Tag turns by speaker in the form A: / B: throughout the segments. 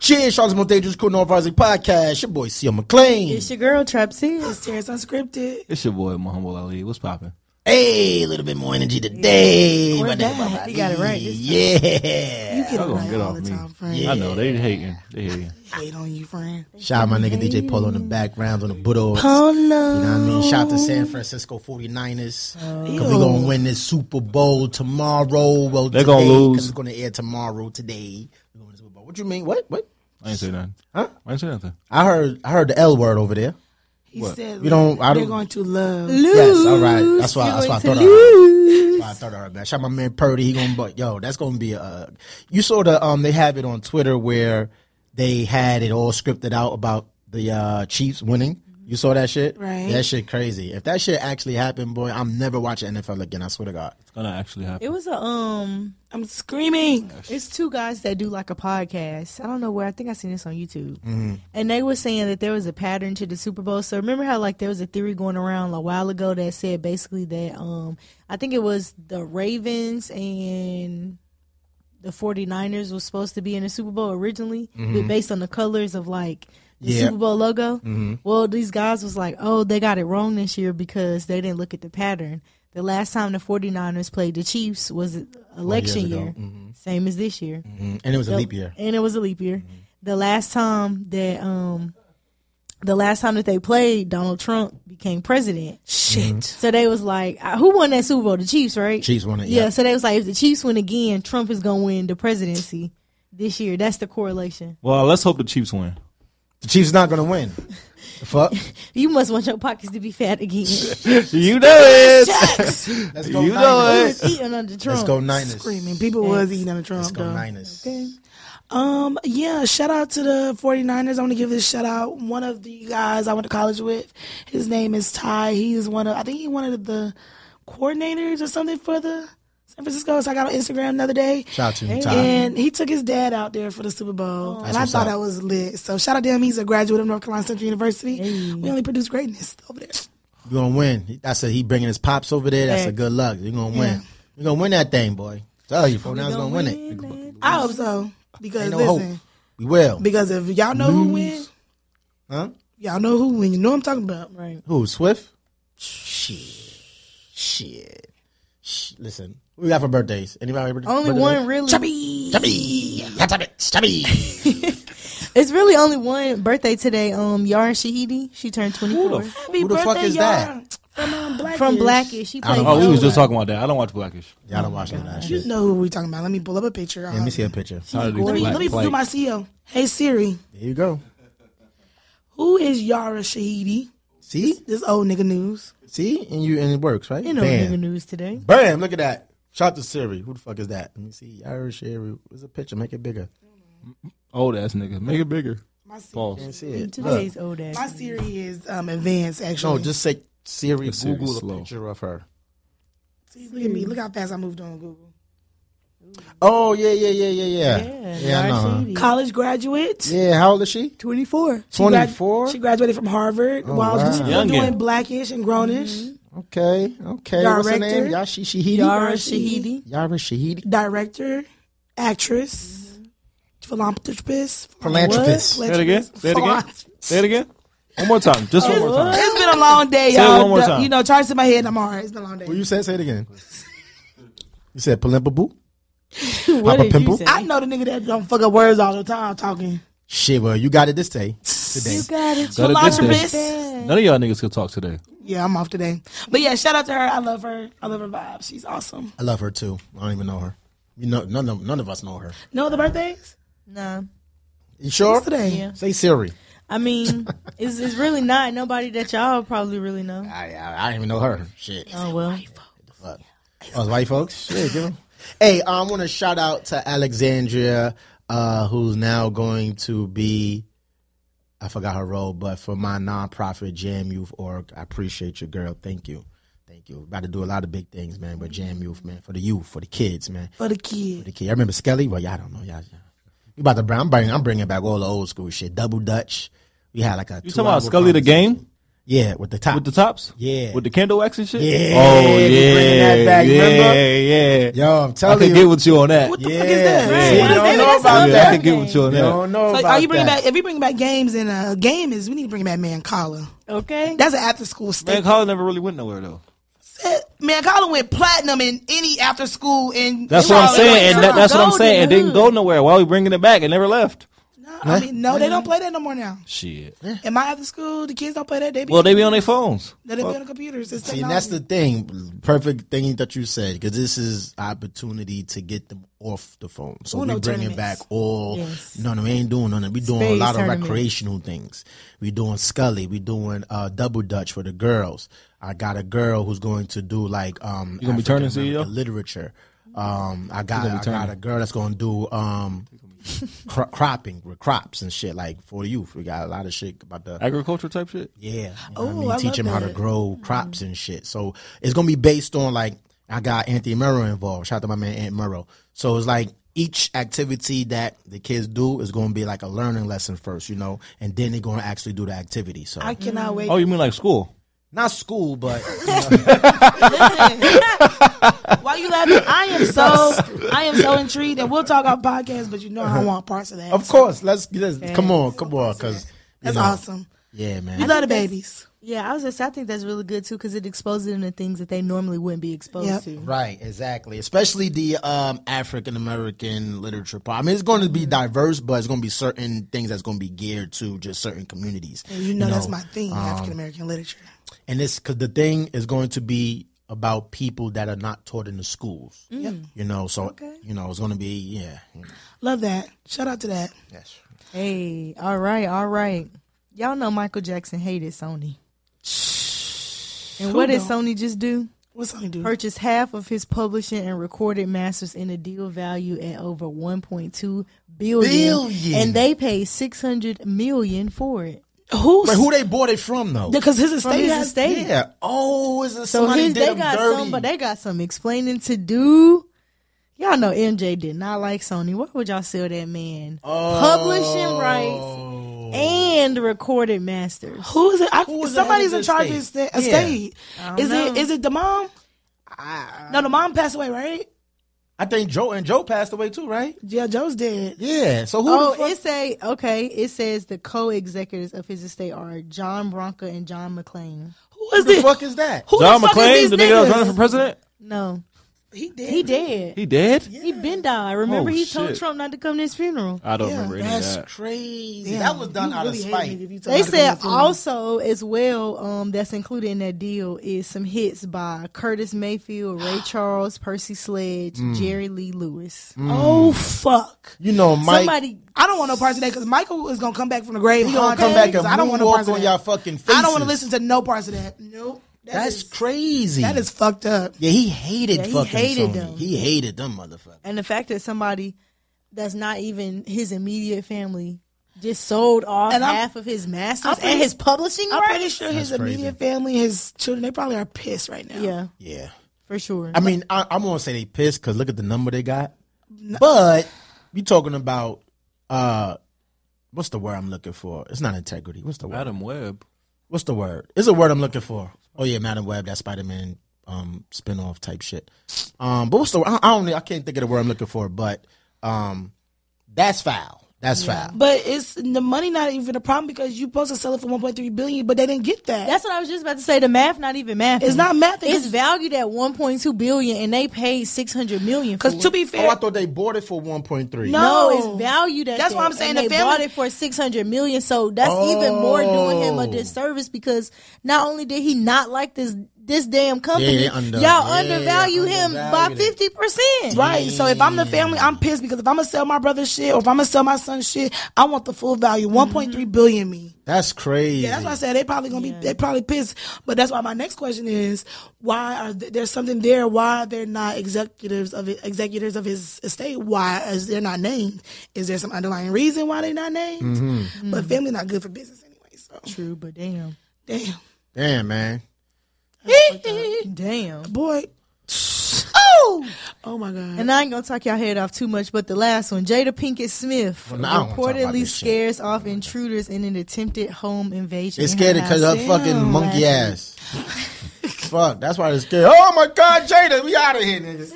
A: Cheers, Charles Montages, Cool North Varsity Podcast. Your boy, C.O. McLean.
B: It's your girl, Trap C.
C: Serious Unscripted.
D: It's your boy Muhammad Ali. What's poppin'?
A: Hey, a little bit more energy today.
C: We're
A: My name
C: back.
A: is
B: You got it right this
A: Yeah.
C: You get it
D: Y'all gonna
C: right
D: get off
C: all the
D: me.
C: time, friend.
D: I know they hating. They hating.
C: Hate on you, friend.
A: Shout out my nigga DJ Polo in the background on the Bulldogs.
C: Oh,
A: You
C: no.
A: know what I mean? Shout out to San Francisco 49ers.
B: Oh.
A: Cause we gonna win this Super Bowl tomorrow. Well,
D: They
A: today,
D: gonna lose.
A: 'cause It's gonna air tomorrow. Today, we gonna win the Super Bowl. What you mean? What? What?
D: I ain't say nothing.
A: Huh?
D: I ain't say nothing.
A: I heard. I heard the L word over there.
C: He said,
A: You don't- I
C: they're
A: don't-
C: going to love.
A: Yes, all right. That's why.
B: You're
A: That's why I
B: going
A: thought.
B: to
A: I heard. That's why I thought I heard that. Shout my man Purdy. He gonna but yo. That's gonna be a. Uh, you saw the um. They have it on Twitter where they had it all scripted out about the uh Chiefs winning. You saw that shit,
C: Right.
A: That shit crazy. If that shit actually happened, boy, I'm never watching NFL again. I swear to God.
D: It's gonna actually happen.
B: It was a um.
C: I'm screaming.
B: It's two guys that do like a podcast. I don't know where. I think I seen this on YouTube, and they were saying that there was a pattern to the Super Bowl. So remember how like there was a theory going around a while ago that said basically that um I think it was the Ravens and the 49ers was supposed to be in the Super Bowl originally, but based on the colors of like the
A: Yeah.
B: Super Bowl logo. Well, these guys was like, oh, they got it wrong this year because they didn't look at the pattern. The last time the 49ers played the Chiefs was election
A: ago.
B: year, same as this year.
A: Mm, And it was a leap year. Mm-hmm.
B: And it was a leap year. The last time that um the last time that they played, Donald Trump became president.
C: Shit.
B: So they was like, uh, who won that Super Bowl? The Chiefs, right?
A: Mm-hmm. Chiefs won it.
B: Yeah,
A: Yeah.
B: so they was like, if the Chiefs win again, Trump is gonna win the presidency this year. That's the correlation.
D: Well, let's hope the Chiefs win.
A: The Chiefs not gonna win. The Fuck.
B: You must want your pockets to be fat again.
D: you know it.
C: Jax!
A: Let's
D: You know
B: He
D: it.
B: was eating under Trump.
A: Let's go Niners.
C: screaming. People was eating on the Trump,
A: Let's go
C: though.
A: Niners.
C: Um, yeah, shout out to the 49ers. I want to give this shout out. One of the guys I went to college with, his name is Ty. He is one of, I think he one of the coordinators or something for the San Francisco. So I got on Instagram the other day.
A: Shout out to you, Ty.
C: And he took his dad out there for the Super Bowl. and I
A: what's
C: thought
A: up.
C: that was lit. So shout out to him. He's a graduate of North Carolina Central University. We only produce greatness over there.
A: You gonna win. That's a he bringing his pops over there. That's a
B: Facts.
A: good luck. You gonna win. You gonna win that thing, boy. Tell you, 49's gonna win it.
C: I hope so. Because
A: Ain't no
C: listen,
A: hope. We will.
C: because if y'all know who win,
A: Huh?
C: y'all know who win. You know what I'm talking about.
B: Right.
A: Who? Swift? Shit. Shit. Shh. Listen, what we got for birthdays? Anybody? birth-
B: Only
A: birthday?
B: one really.
C: Chubby.
A: Chubby. Yeah, Chubby. Chubby.
B: It's really only one birthday today. Um, Yara Shahidi, she turned twenty four.
C: Happy
A: Who the fuck is that?
C: From um, Blackish.
B: From Blackish, she
A: I
B: played.
A: don't
D: Oh, we was
B: Yola.
D: just talking about that. I don't watch Blackish.
A: Y'all don't watch none of that
C: You
A: shit.
C: know who we talking about. Let me pull up a picture. uh,
A: Let me see a picture.
D: Tired of these
C: Let me,
D: black
C: let me
D: plagues.
C: do my CEO. Hey Siri,
A: There you go.
C: who is Yara Shahidi?
A: See,
C: This old nigga news.
A: see, and you and it works, right?
B: You know
A: Bam.
B: nigga news today.
A: Bam! Look at that. Shout out to Siri. Who the fuck is that? Let me see. Irish Siri. Where's the picture? Make it bigger.
D: Old ass nigga. Make it bigger.
C: My, Se-
A: Can't
D: Pause.
A: see it. Look.
B: Today's old ass.
C: my Siri is um, advanced actually.
A: No, just say Siri.
D: Siri
A: Google a
D: slow.
A: picture of her.
C: See, look at me. Look how fast I moved on Google.
A: Oh yeah, yeah, yeah, yeah, yeah.
B: Yeah,
A: Yeah, I know. her.
C: College graduate.
A: Yeah, how old is she?
B: Twenty four.
C: She grad-
A: 24?
C: She graduated from Harvard while
A: wow.
C: still
D: Oh, Youngin.
C: doing blackish and grownish.
A: Okay, okay. What's her
C: Director.
A: name? Yashi Shahidi.
B: Yara
C: Yara
B: Shahidi.
C: Shahidi.
A: Yara Shahidi.
C: Director, actress, philanthropist.
A: Philanthropist.
D: Say it again. Say it again. Say it again. One more time. Just one more time.
C: It's been a long day,
D: Say it
C: y'all.
D: one more
C: The-
D: time.
C: You know, charge to my head and I'm all right. It's been a long day.
A: What you said? Say it again. You said Palimpa Boo?
B: What
A: Papa
B: did you
A: Pimple?
B: say?
C: I know the nigga that don't fuck up words all the time talking.
A: Shit, well, you got it this day. Today.
B: You got it.
D: Got it this day.
C: Philanthropist.
D: None of y'all niggas could talk today.
C: Yeah, I'm off today. But yeah, shout out to her. I love her. I love her vibe. She's awesome.
A: I love her too. I don't even know her. You know, none of, none of us know her.
C: No other birthdays?
B: Nah.
A: You sure?
C: What's today?
B: Yeah.
A: Say Siri.
B: I mean, it's, it's really not nobody that y'all probably really know.
A: I, I, I don't even know her. Shit.
B: Oh well.
A: Fuck. Oh, it's white folks. Shit, give 'em. Hey, um, I want to shout out to Alexandria, uh, who's now going to be. I forgot her role, but for my nonprofit Jam Youth Org, I appreciate you, girl. Thank you, thank you. About to do a lot of big things, man. But Jam Youth, man, for the youth, for the kids, man,
C: For the
A: for
C: kid.
A: the kid. I remember Skelly. Well, y'all don't know, y'all. y'all. We about to bring. I'm bringing. I'm bringing back all the old school shit. Double Dutch. We had like a.
D: You talking about Scully the game?
A: Yeah, with the top.
D: with the tops.
A: Yeah.
D: with the candle wax and shit.
A: Yeah,
D: oh
A: they bringing
D: yeah,
A: that back,
D: yeah,
A: remember?
D: yeah.
A: Yo, I'm
D: I
A: telling
D: can
A: you.
D: get with you on that.
C: What the
A: yeah,
C: fuck is that?
A: yeah.
D: Right.
A: You don't
D: What
B: is that?
A: know
B: That's
A: about
B: another
D: yeah, I
A: that.
D: can get with you on
A: You
D: that.
A: don't know
C: Like,
A: about
C: are you bringing
A: that.
C: back? If we bring back games and uh, game is, we need to bring back man collar.
B: Okay.
C: That's an after school
D: Man,
C: staple.
D: Colin never really went nowhere though.
C: Man collar went platinum in any after school and
D: That's
C: you
D: what
C: know,
D: I'm
C: it
D: saying, and
C: went-
D: that, that's what I'm
B: Golden
D: saying. It didn't
B: Hood.
D: go nowhere. Why are we bringing it back? It never left.
C: No, I mean, no, they don't play that no more now.
D: Shit.
C: In my after school, the kids don't play that. They be
D: Well, they Oh. be on their phones.
C: they be on the computers. It's
A: See, and that's the
C: technology.
A: thing. Perfect thing that you said because this is opportunity to get them off the phone. So
C: Uno
A: we're bringing
C: tournaments.
A: back all.
B: Yes.
A: No, no, we ain't doing none. of- We doing a
B: Spades
A: lot of
B: tournament.
A: recreational things. We doing Scully. We doing uh, double Dutch for the girls. I got a girl who's going to do like um.
D: gonna be turning,
A: African-American
D: CEO?
A: literature. Um, I got
D: gonna be
A: I got
D: turning.
A: a girl that's gonna do um. cro- cropping with crops and shit like for the youth we got a lot of shit about the
D: Agriculture type shit.
A: yeah. You know what I
C: Ooh,
A: mean?
C: Oh, I
A: Teach
C: love
A: them how to
C: that. Mm-hmm.
A: grow crops and shit. So it's going to be based on like, I got Anthony Murrow involved. Shout out to my man, Aunt Murrow. So it's like each activity that the kids do is going to be like a learning lesson first, you know, and then they're going to actually do the activity. So
C: I cannot wait.
D: Oh, you mean like school?
A: not school, but
C: Why you laughing? I am
D: Oh.
C: so I am so intrigued, and we'll talk on podcast. But you know, I want parts of that.
A: of course, let's, let's come on, come on. Cause you
C: that's
A: know,
C: awesome.
A: Yeah,
C: You
A: man.
C: love the babies.
B: Yeah, I was just. I think that's really good too because it exposes them to things that they normally wouldn't be exposed
C: Yep.
B: to.
A: Right, exactly. Especially the um, African American literature part. I mean, it's going to be
C: Mm-hmm.
A: diverse, but it's going to be certain things that's going to be geared to just certain communities.
C: And you know, that's my thing,
A: um,
C: African American literature.
A: and it's because the thing is going to be about people that are not taught in the schools. You know, so you know it's going to be yeah.
C: Love that. Shout out to that.
A: Yes.
B: Hey, all right, all right. Y'all know Michael Jackson hated Sony. And what did Sony just do?
C: What's Sony do?
B: Purchased half of his publishing and recorded masters in a deal value at over 1.2 billion,
A: Billion.
B: and they paid 600 million for it.
C: Who's
A: But who they bought it from though?
C: because his
B: From
C: estate
B: his
C: has
B: estate.
A: yeah. Oh, is it
B: So
A: somebody
B: his,
A: did
B: they
A: them
B: got
A: dirty?
B: some, but they got some explaining to do. Y'all know MJ did not like Sony. Why would y'all sell that man? Publishing rights and recorded masters.
C: Who is it? I,
A: Who is the head
C: somebody's
A: of
C: in
A: the
C: charge of his
A: estate?
C: estate.
A: Yeah.
C: Is
B: know.
C: it is it the mom? no, the mom passed away, right?
A: I think Joe and Joe passed away too, right?
C: Yeah, Joe's dead.
A: Yeah. So who?
B: Oh,
A: the fuck?
B: it say okay. It says the co-executives of his estate are John Bronca and John McClain.
C: Who is
A: who the
C: it?
A: fuck is that?
C: Who
D: John
C: the fuck
D: McClain,
C: is
D: the
C: these
D: nigga that was
C: niggas?
D: running for president.
B: No,
C: He did.
B: he dead.
D: He dead?
B: He been died. Remember,
D: Oh,
B: he
D: shit.
B: told Trump not to come to his funeral.
D: I don't remember any of
A: That's
D: that.
A: crazy. That was done out of spite.
B: They said also as well um, that's included in that deal is some hits by Curtis Mayfield, Ray Charles, Percy Sledge,
C: Mm.
B: Jerry Lee Lewis.
C: Oh fuck!
A: You know, Mike.
B: Somebody
C: I don't want no parts of that because Michael is gonna come back from the grave.
A: he gonna
C: haunted
A: come back
C: because
A: and
C: I don't want no parts
A: moonwalk
C: of
A: on
C: that.
A: y'all fucking faces.
C: I don't want to listen to no parts of that. Nope. That
A: That's
C: is-
A: crazy.
C: that is fucked up.
A: Yeah, he hated
B: Yeah, he
A: fucking
B: hated
A: Sony.
B: them.
A: He hated them motherfuckers.
B: and the fact that somebody that's not even his immediate family just sold off
C: And I'm-
B: half of his masters
C: I'm pretty-
B: and his publishing
C: I'm pretty
B: rights?
C: sure his
A: That's crazy.
C: immediate family, his children, they probably are pissed right now.
B: Yeah,
A: Yeah.
B: for sure.
A: I mean, I, I'm gonna say they pissed because look at the number they got. But you talking about uh, what's the word I'm looking for? It's not integrity. What's the word?
D: Adam Webb.
A: What's the word? It's a word I'm looking for. Oh yeah, Madam Web, that Spider Man um spinoff type shit. Um, but what's the? I, I don't. know. I can't think of the word I'm looking for. But um, that's foul. That's foul.
C: But it's the money not even a problem because you supposed to sell it for 1.3 billion, but they didn't get that.
B: That's what I was just about to say. The math, not even math.
C: It's not math.
B: It's valued at 1.2 billion, and they paid 600 million for
C: because
B: it.
C: to be
A: Oh,
C: fair,
A: I thought they bought it for 1.3.
C: No.
B: no, it's valued at.
C: That's
B: that,
C: why I'm saying
B: and
C: the
B: they bought
C: family-
B: it for 600 million. So that's even more doing him
A: Oh.
B: a disservice because not only did he not like this this damn company,
A: Yeah, under-
B: y'all
A: yeah,
B: undervalue him by
A: undervalued it.
B: 50 percent.
C: right? So if I'm the family, I'm pissed because if I'm gonna sell my brother's shit or if I'm gonna sell my son's shit, I want the full value. 1.3 billion me.
A: That's crazy.
C: Yeah, that's why I said they probably gonna be they probably pissed. But that's why my next question is why are th- there's something there? Why they're not executives of it, executors of his estate? Why is they're not named? Is there some underlying reason why they're not named? But family not good for business anyway. So
B: True, but damn,
C: damn,
A: Damn man.
B: damn.
C: boy.
B: Woo!
C: Oh my god.
B: And I ain't gonna talk y'all head off too much, but the last one, Jada Pinkett Smith,
A: Well, now I don't wanna talk about
B: reportedly
A: this shit.
B: scares off intruders in an attempted home invasion.
A: They scared
B: in
A: it
B: her
A: because
B: house.
A: her fucking
B: Damn,
A: monkey
B: like,
A: ass. fuck, that's why they scared. Oh my God, Jada, we out of here, niggas.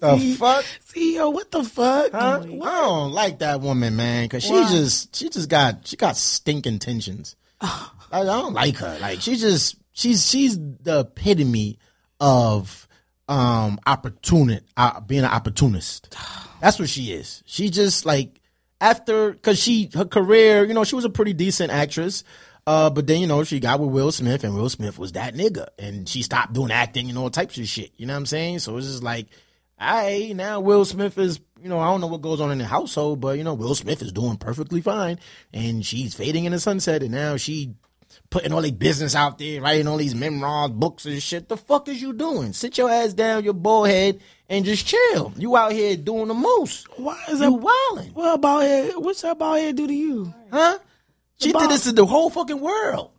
A: The fuck?
C: CEO, E what the fuck?
A: Huh? I don't like that woman, man, because she just she just got she got stinking tensions. I, I don't like her. Like she just she's she's the epitome of um opportunist uh, being an opportunist. That's what she is. She just like after because she her career, you know, she was a pretty decent actress. Uh, but then you know she got with Will Smith, and Will Smith was that nigga, and she stopped doing acting and all types of shit. You know what I'm saying? So it's just like, I now Will Smith is you know I don't know what goes on in the household, but you know Will Smith is doing perfectly fine, and she's fading in the sunset, and now she putting all their business out there, writing all these memoirs, books and shit. The fuck is you doing? Sit your ass down, your bald head, and just chill. You out here doing the most.
C: Why is
A: You
C: that?
A: wildin',
C: What about head? What's that bald head do to you?
A: huh? She did this to the whole fucking world.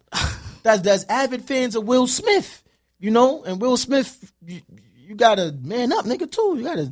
A: That's that's avid fans of Will Smith, you know. And Will Smith, you, you gotta man up, nigga. Too, you gotta.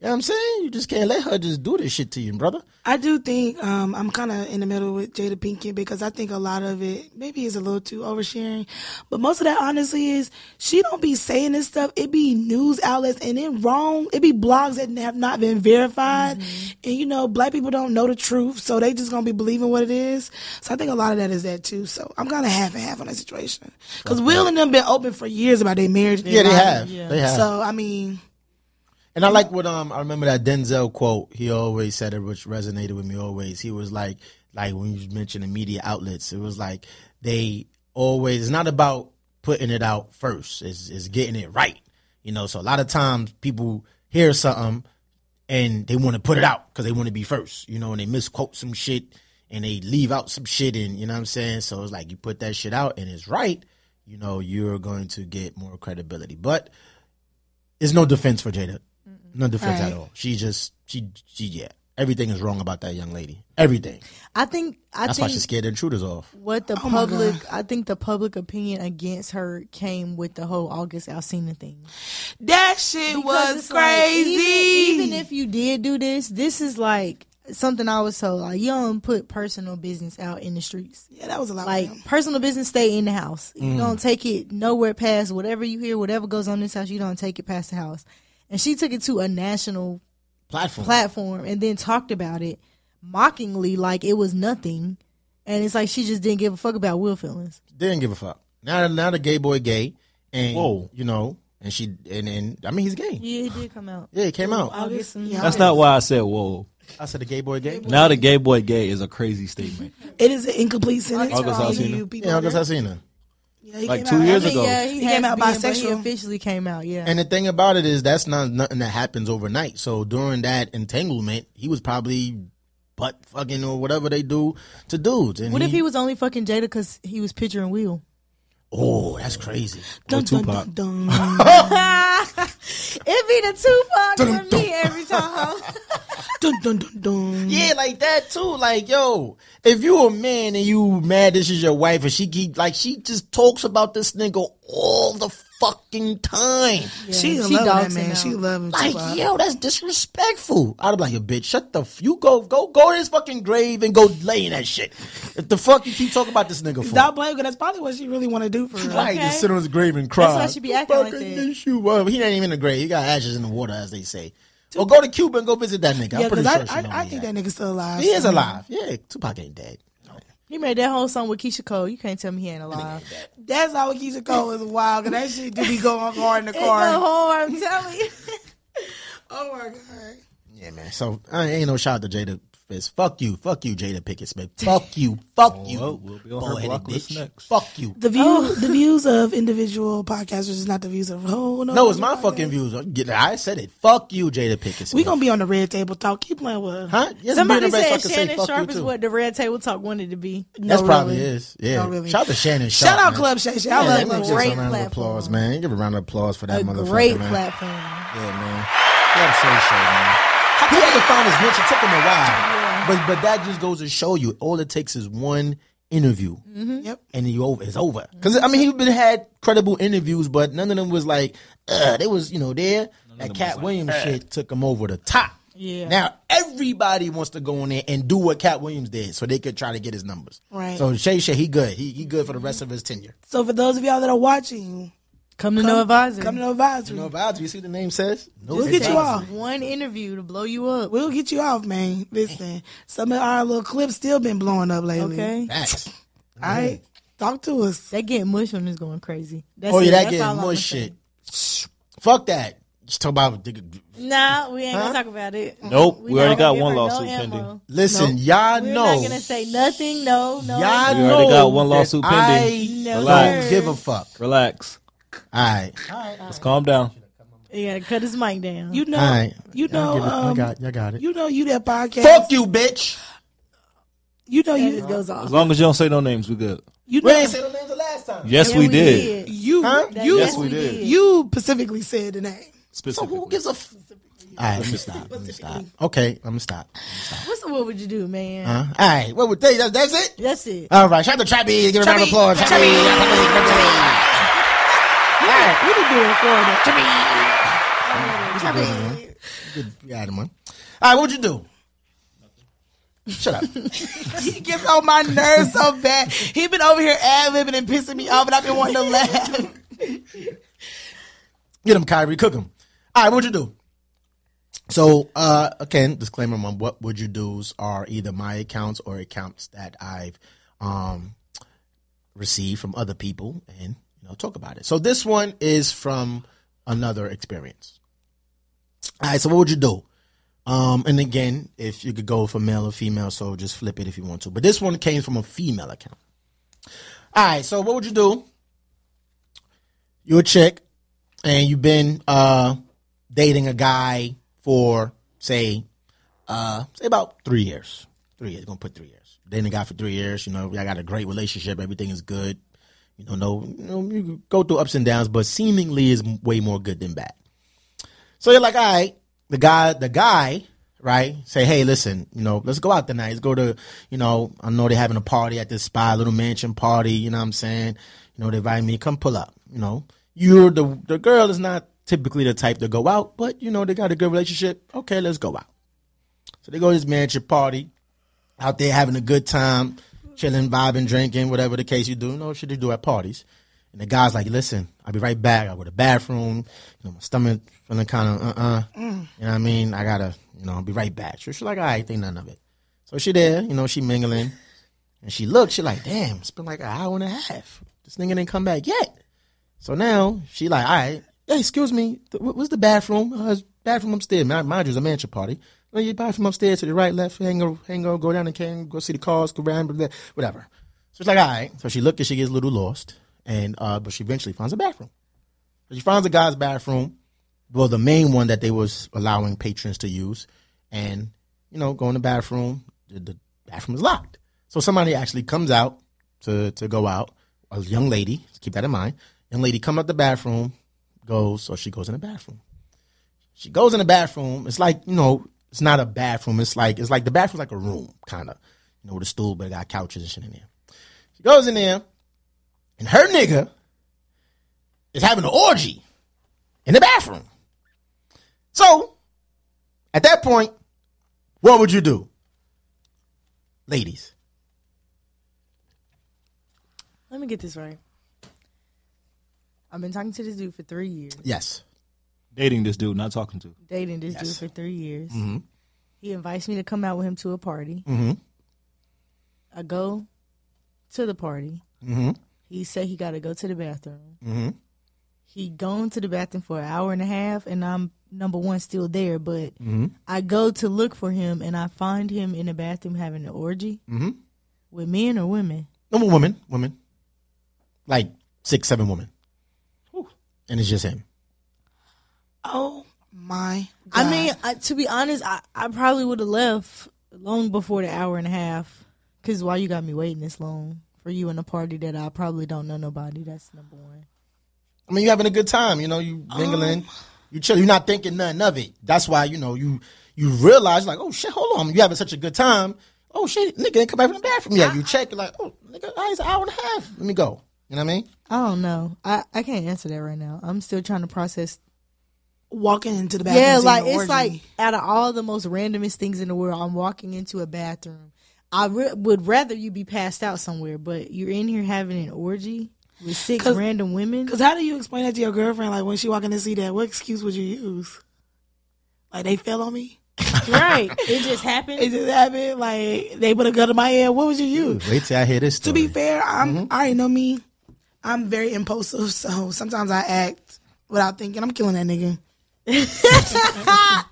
A: You know what I'm saying? You just can't let her just do this shit to you, brother.
C: I do think um, I'm kind of in the middle with Jada Pinkett because I think a lot of it maybe is a little too oversharing, but most of that honestly is she don't be saying this stuff. It be news outlets and then wrong. It be blogs that have not been verified,
A: Mm-hmm.
C: and you know black people don't know the truth, so they just gonna be believing what it is. So I think a lot of that is that too. So I'm kind of half and half on that situation because Will and them been open for years about their marriage. and their
A: Yeah, they
C: life.
A: have. They have.
C: So I mean,
A: And I like what um I remember that Denzel quote he always said it, which resonated with me always. He was like, like when you mentioned the media outlets, it was like they always it's not about putting it out first. It's it's getting it right. You know, so a lot of times people hear something and they want to put it out because they want to be first, you know, and they misquote some shit and they leave out some shit and you know what I'm saying? So it's like you put that shit out and it's right, you know, you're going to get more credibility. But there's no defense for Jada. No defense at
C: Right.
A: all. She just she she yeah. Everything is wrong about that young lady. Everything.
B: I think I
A: That's why
B: think
A: she scared the intruders off.
B: what
C: Oh
B: the public, I think the public opinion against her came with the whole August Alcina thing.
C: that shit
B: Because
C: was
B: it's like,
C: crazy.
B: even, even if you did do this, this is like something I was told. Like you don't put personal business out in the streets.
C: yeah, Mm. that was a lot.
B: Like
C: Like,
B: personal business, stay in the house. You don't take it nowhere past whatever you hear, whatever goes on in this house. You don't take it past the house. And she took it to a national
A: Platform.
B: platform and then talked about it mockingly, like it was nothing. And it's like she just didn't give a fuck about Will feelings.
A: They didn't give a fuck. Now now the gay boy gay and
D: Whoa.
A: you know, and she and, and I mean he's gay.
B: Yeah, it did come out.
A: Yeah, it came out.
C: August, yeah,
D: That's not why I said whoa.
A: I said the gay boy gay.
D: Now the gay boy gay is a crazy statement.
C: It is an incomplete sentence.
D: August
C: for all
D: Alsina.
C: you people
A: Yeah, I
C: out
A: guess
C: there.
A: I seen her.
C: Yeah, he
D: Like
C: came
D: two
C: out-
D: years
C: I
B: I
C: mean,
D: ago.
B: mean, yeah, he,
C: He
B: has
C: came out
B: been, but He
C: bisexual.
B: officially came out. Yeah.
A: And the thing about it is that's not nothing that happens overnight. So during that entanglement, he was probably butt fucking or whatever they do to dudes. And
B: What if he was only fucking Jada because he was picturing Will?
A: Oh, that's crazy.
C: Dun, dun,
D: Tupac.
C: dun, dun.
B: it be the Tupac for me every time.
C: Dun, dun, dun, dun.
A: Yeah, like that too. Like, yo, if you a man and you mad this is your wife and she keep like she just talks about this nigga all the fucking time.
C: She
B: Yeah,
C: love
B: she
C: that
B: dogs him
C: man.
B: out.
C: She love him.
A: Like,
C: Tupac.
A: yo, that's disrespectful. I'd be like, yo, bitch, shut the f- you go go go to his fucking grave and go lay in that shit. If the fuck you keep talking about this nigga for
C: Stop blame because that's probably what she really want to do for her.
A: Right, just sit on his grave and cry.
B: That's why she be acting like
A: Fucking
B: that.
A: this you up. He ain't even in the grave. He got ashes in the water, as they say. Or go to Cuba and go visit that nigga.
C: Yeah,
A: I'm pretty
C: because
A: sure
C: I,
A: she know
C: I, I
A: he
C: think
A: at.
C: that nigga's still alive.
A: He is
C: so.
A: alive. Yeah, Tupac ain't dead.
B: He made that whole song with Keisha Cole. You can't tell me he ain't alive.
C: That's how Keisha Cole is wild. Cause that shit do be going hard in the
B: It go
C: car.
B: hard, I'm telling you.
C: Oh my god.
A: Yeah, man. So I ain't no shout out to Jada Fist. Fuck you. Fuck you, Jada Pickett Smith. Fuck you. Fuck you.
D: Oh, well, we'll be on her
A: Bald-headed
D: block list
A: bitch.
D: next.
A: Fuck you.
C: The view, the views of individual podcasters is not the views of oh no.
A: No, it's my fucking views. Get- I said it. Fuck you, Jada Pickett Smith.
C: We gonna be on the red table talk. Keep playing with. her.
A: Huh? Yes, me
B: Somebody
A: and the rest
B: said
A: fucking say
B: Shannon
A: fuck you,
B: Sharp is
A: too.
B: what the Red Table Talk wanted to be.
A: That's
C: No,
A: probably
C: really.
A: is. Yeah.
C: No, really.
A: Shout out to Shannon Sharp.
C: Shout out
A: man.
C: Club Shay Shay. I
A: Yeah,
C: love
A: that man
C: Club Shay
A: deserves
B: Great
A: a round of applause,
B: platform.
A: man. Give a round of applause for that
B: A
A: motherfucker.
B: great
A: man.
B: platform.
A: Yeah, man. Club Shay Shay, man. I think I could find his niche. It took him a while. But but that just goes to show you all it takes is one interview
B: Mm-hmm.
C: Yep.
A: and you over it's over. Because I mean he been had credible interviews, but none of them was like, uh, they was, you know, there. That Cat Williams shit took him over the top.
B: Yeah.
A: Now everybody wants to go in there and do what Cat Williams did, so they could try to get his numbers.
C: Right.
A: So Shay Shay, he good. He he good for the rest of his tenure.
C: So for those of y'all that are watching,
B: Come to no advisor.
C: come to no advisory.
A: No vibes. You see the name says. No
C: We'll get you
A: advisory.
C: off.
B: One interview to blow you up.
C: We'll get you off, man. Listen, some of our little clips still been blowing up lately.
B: Okay.
A: Facts.
C: All right. Talk to us.
B: That getting mush on is going crazy. That's
A: Oh yeah,
B: it.
A: that
B: That's all
A: getting
B: I'ma
A: more
B: say.
A: shit. Fuck that. Just talk about.
B: Nah, we ain't gonna talk about it.
D: Nope, we already
B: not
D: got
B: gonna
D: one
B: give her
D: lawsuit
B: ammo.
D: pending.
A: Listen, y'all
B: We're
A: know.
B: not gonna say nothing. No, no.
A: Y'all
D: We
A: know.
D: already got one
A: that
D: lawsuit pending.
A: I
D: Relax.
A: don't give a fuck.
D: Relax.
A: All right.
D: Let's calm down.
B: You gotta cut his mic down.
C: You know,
A: All right.
C: you know, um,
A: y'all got it.
C: you know, you that podcast.
A: Fuck you, bitch.
C: You know,
B: and
C: you
B: it goes off.
D: As long as you don't say no names, we good.
C: you
A: We
C: know,
A: ain't say the names the last time.
D: Yes,
B: Yeah,
D: we, did.
C: you
A: Huh?
B: That-
C: you
D: Yes, we did.
C: you specifically said the name.
A: So who
D: Specifically.
A: gives a? F- all right, let me stop. Let me stop. Okay, I'm gonna stop.
B: What's what would you do, man?
A: Huh? All right, what would they? That, that's it.
B: That's it.
A: All right, shout out to Trappy. Give him a round of applause. Trappy.
C: What are you doing, Florida?
A: Yeah, All right, what would you do? Shut up.
C: He gets on my nerves so bad. He been over here ad libbing and pissing me off, and I've been wanting to laugh.
A: Get him, Kyrie. Cook him. All right, what'd you do? So, uh, again, disclaimer on what would you do's are either my accounts or accounts that I've um, received from other people and, you know, talk about it. So this one is from another experience. All right, so what would you do? Um, and again, if you could go for male or female, so just flip it if you want to. But this one came from a female account. All right, so what would you do? You're a chick and you've been uh, dating a guy for say uh, say about three years. Three years, gonna put three years. Dating a guy for three years, you know, I got a great relationship, everything is good. You know, no, you, know, you go through ups and downs, but seemingly is way more good than bad. So you're like, all right, the guy, the guy, right? Say, hey, listen, you know, let's go out tonight. Let's go to, you know, I know they're having a party at this spa, little mansion party. You know what I'm saying? You know, they invite me, come pull up. You know, you're the the girl is not typically the type to go out, but you know, they got a good relationship. Okay, let's go out. So they go to this mansion party, out there having a good time, chilling, vibing, drinking, whatever the case you do. You know, shit they do at parties. And the guy's like, listen, I'll be right back. I go to the bathroom. You know, my stomach feeling kind of uh-uh. You know what I mean? I gotta, you know, I'll be right back. So she's like, all right, think none of it. So she there, you know, she mingling. And she looked, she like, damn, it's been like an hour and a half. This nigga didn't come back yet. So now she like, all right, hey, excuse me, th- wh- what's the bathroom? Uh, it's bathroom upstairs. Mind, mind you, it's a mansion party. No, your bathroom upstairs to the right, left, hang over, hang over, go down the cane, go see the cars, go around, blah, blah, whatever. So she's like, all right. So she looked and she gets a little lost, and uh, but she eventually finds a bathroom. So she finds a guy's bathroom, well, the main one that they was allowing patrons to use, and you know, go in the bathroom. The, the bathroom is locked, so somebody actually comes out to to go out. A young lady, keep that in mind. Young lady come out the bathroom, goes, so she goes in the bathroom. She goes in the bathroom. It's like you know, it's not a bathroom. It's like it's like the bathroom's like a room, kind of, you know, with a stool, but it got couches and shit in there. She goes in there, and her nigga is having an orgy in the bathroom. So, at that point, what would you do? Ladies.
B: Let me get this right. I've been talking to this dude for three years,
A: Yes.
D: Dating this dude, not talking to.
B: dating this dude
A: Yes.
B: for three years. He invites me to come out with him to a party.
A: Mm-hmm.
B: I go to the party.
A: Mm-hmm.
B: He said he got to go to the bathroom.
A: Mm-hmm.
B: He gone to the bathroom for an hour and a half, and I'm number one still there. But
A: Mm-hmm.
B: I go to look for him, and I find him in the bathroom having an orgy
A: Mhm.
B: with men or women.
A: Number woman, woman. Like six, seven women. And it's just him.
C: Oh my! God.
B: I mean, I, to be honest, I, I probably would have left long before the hour and a half. Because why you got me waiting this long for you in a party that I probably don't know nobody? That's number one.
A: I mean, you're having a good time, you know, you mingling, you chill, you're not thinking nothing of it. That's why, you know, you you realize like, oh shit, hold on, you having such a good time. Oh shit, nigga didn't come back from the bathroom yet. You check, you're like, oh nigga, ah, it's an hour and a half. Let me go. You know what I mean?
B: I don't know. I, I can't answer that right now. I'm still trying to process
C: walking into the bathroom.
B: Yeah,
C: seeing
B: like
C: an
B: it's
C: orgy.
B: like out of all the most randomest things in the world, I'm walking into a bathroom. I re- would rather you be passed out somewhere, but you're in here having an orgy with six random women.
C: Cause how do you explain that to your girlfriend? Like when she walk in to see that, what excuse would you use? Like they fell on me.
B: right? It just happened.
C: It just happened. Like they put a gun to my head. What would you use?
A: Wait till I hear this.
C: To be
A: Story.
C: fair, I'm I already know me. I'm very impulsive, so sometimes I act without thinking. I'm killing that nigga. Uh,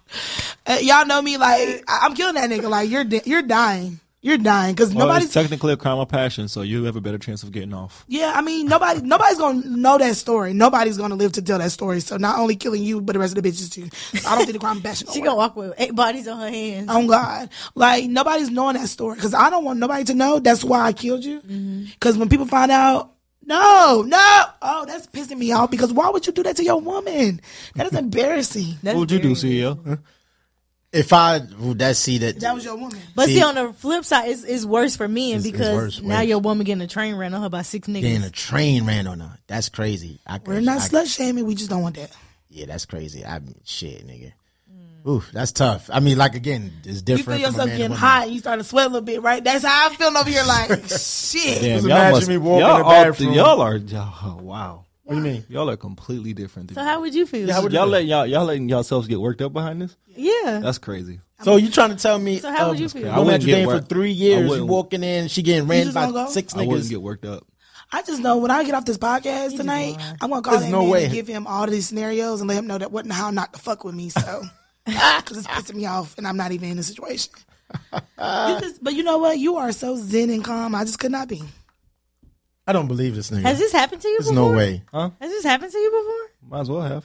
C: y'all know me. Like I- I'm killing that nigga. Like you're di- you're dying. You're dying because
D: Well, Oh,
C: nobody's
D: it's technically a crime of passion, so you have a better chance of getting off.
C: Yeah, I mean nobody nobody's gonna know that story. Nobody's gonna live to tell that story. So not only killing you, but the rest of the bitches too. I don't think the crime passion.
B: she gonna walk with eight bodies on her hands.
C: Oh God! Like nobody's knowing that story because I don't want nobody to know. That's why I killed you. Because when people find out, no, no, oh, that's pissing me off. Because why would you do that to your woman? That is embarrassing.
B: That's
D: what would you do, E
B: very-
D: CEO? Huh?
A: If I would that see that,
C: That was your woman.
B: But see,
A: See-
B: on the flip side, it's, it's worse for men
A: It's- it's
B: because
A: worse,
B: now
A: worse.
B: your woman getting a train ran on her by six niggas.
A: then a train ran on her. That's crazy. I,
C: We're not
A: I-
C: slut shaming. We just don't want that.
A: Yeah, that's crazy. I shit, nigga. Ooh, that's tough. I mean, like again, it's
C: You feel
A: different. from a
C: yourself
A: man to
C: getting
A: woman.
C: hot and you start to sweat a little bit, right? That's how I'm feeling over here. Like shit.
D: Damn,
A: Just imagine me walking
D: y'all
A: in the
D: are-
A: bathroom.
D: y'all are y'all, wow. What do you mean? Y'all are completely different. Than
B: So
D: me.
B: how would you feel?
A: how would-
D: y'all let y'all y'all letting yourselves get worked up behind this?
B: yeah.
D: That's crazy.
A: So you trying to tell me?
B: So how would
A: um,
B: you feel? I
A: Woman
D: wouldn't
A: at your
D: get
A: dame for
D: worked-
A: three
D: I
A: years. You
D: wouldn't-
A: walking in, she getting ran
C: just
A: by
C: don't go?
A: six
D: I wouldn't
A: niggas.
D: get worked up.
C: I just know when I get off this podcast tonight, I'm gonna call
A: There's
C: that
A: no
C: man
A: way.
C: and give him all of these scenarios and let him know that what and how not to fuck with me. So, because it's pissing me off, and I'm not even in the situation. You just- but you know what? You are so zen and calm. I just could not be.
A: I don't believe this nigga.
B: Has this happened to you?
A: There's
B: before?
A: no way.
B: Has this happened to you before?
D: Might as well have.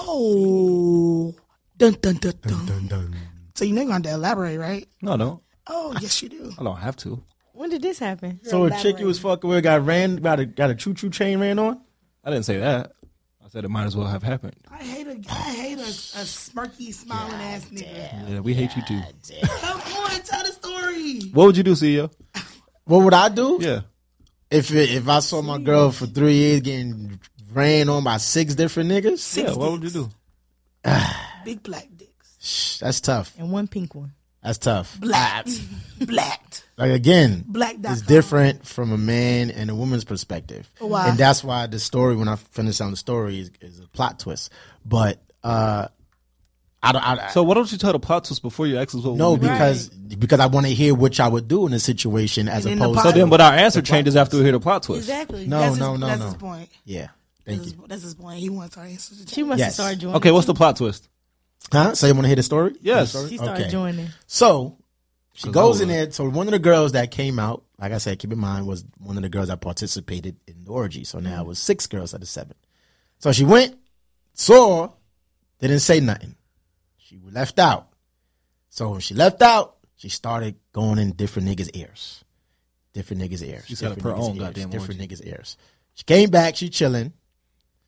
C: Oh, dun dun dun dun.
A: Dun, dun.
C: So you ain't gonna have to elaborate, right?
D: No, I don't.
C: Oh, yes, you do.
D: I don't have to.
B: When did this happen?
A: So a chick you was fucking with got ran got a got a choo choo train ran on.
D: I didn't say that. I said it might as well have happened.
C: I hate a I hate a, a smirky, smiling ass nigga.
D: Yeah, we hate you too.
C: Come on, tell the story.
D: What would you do, CEO?
A: What would I do?
D: Yeah.
A: If it, if I saw my girl for three years getting ran on by six different niggas,
D: Yeah, what would you do?
C: Big black dicks,
A: Shh, that's tough.
B: And one pink one.
A: That's tough.
C: black, black,
A: Like again,
C: black. dot
A: it's
C: com. Oh,
A: different from a man and a woman's perspective.
C: Why?
A: And that's why the story, when I finish on the story, is, is a plot twist. But uh, I don't. I,
D: So why don't you tell the plot twist before you ask us what?
A: no,
D: we would do?
A: because because I want to hear what y'all would do in a situation as
C: And in the
A: opposed.
C: plot-
A: to
D: Then, but our answer changes after we hear the plot twist.
B: Exactly.
A: No,
C: That's
A: no,
C: his,
A: no,
C: that's
A: no.
C: His point.
A: yeah,
C: That's
A: thank
C: his,
A: you.
C: that's his point. He wants our answers. to change.
B: She must have
A: Yes.
B: started joining.
D: Okay, what's the plot twist?
A: Huh? So you want to hear the story?
D: Yes.
B: She started
A: Okay.
B: joining.
A: So she
D: Cause
A: goes
D: I
A: in there. So one of the girls that came out, like I said, keep in mind, was one of the girls that participated in the orgy. So now it was six girls out of seven. So she went, saw, didn't say nothing. She left out. So when she left out, she started going in different niggas' ears. Different niggas' ears.
D: She set up
A: different
D: her
A: niggas'
D: own
A: ears,
D: goddamn
A: Different niggas' ears. She came back, she chilling.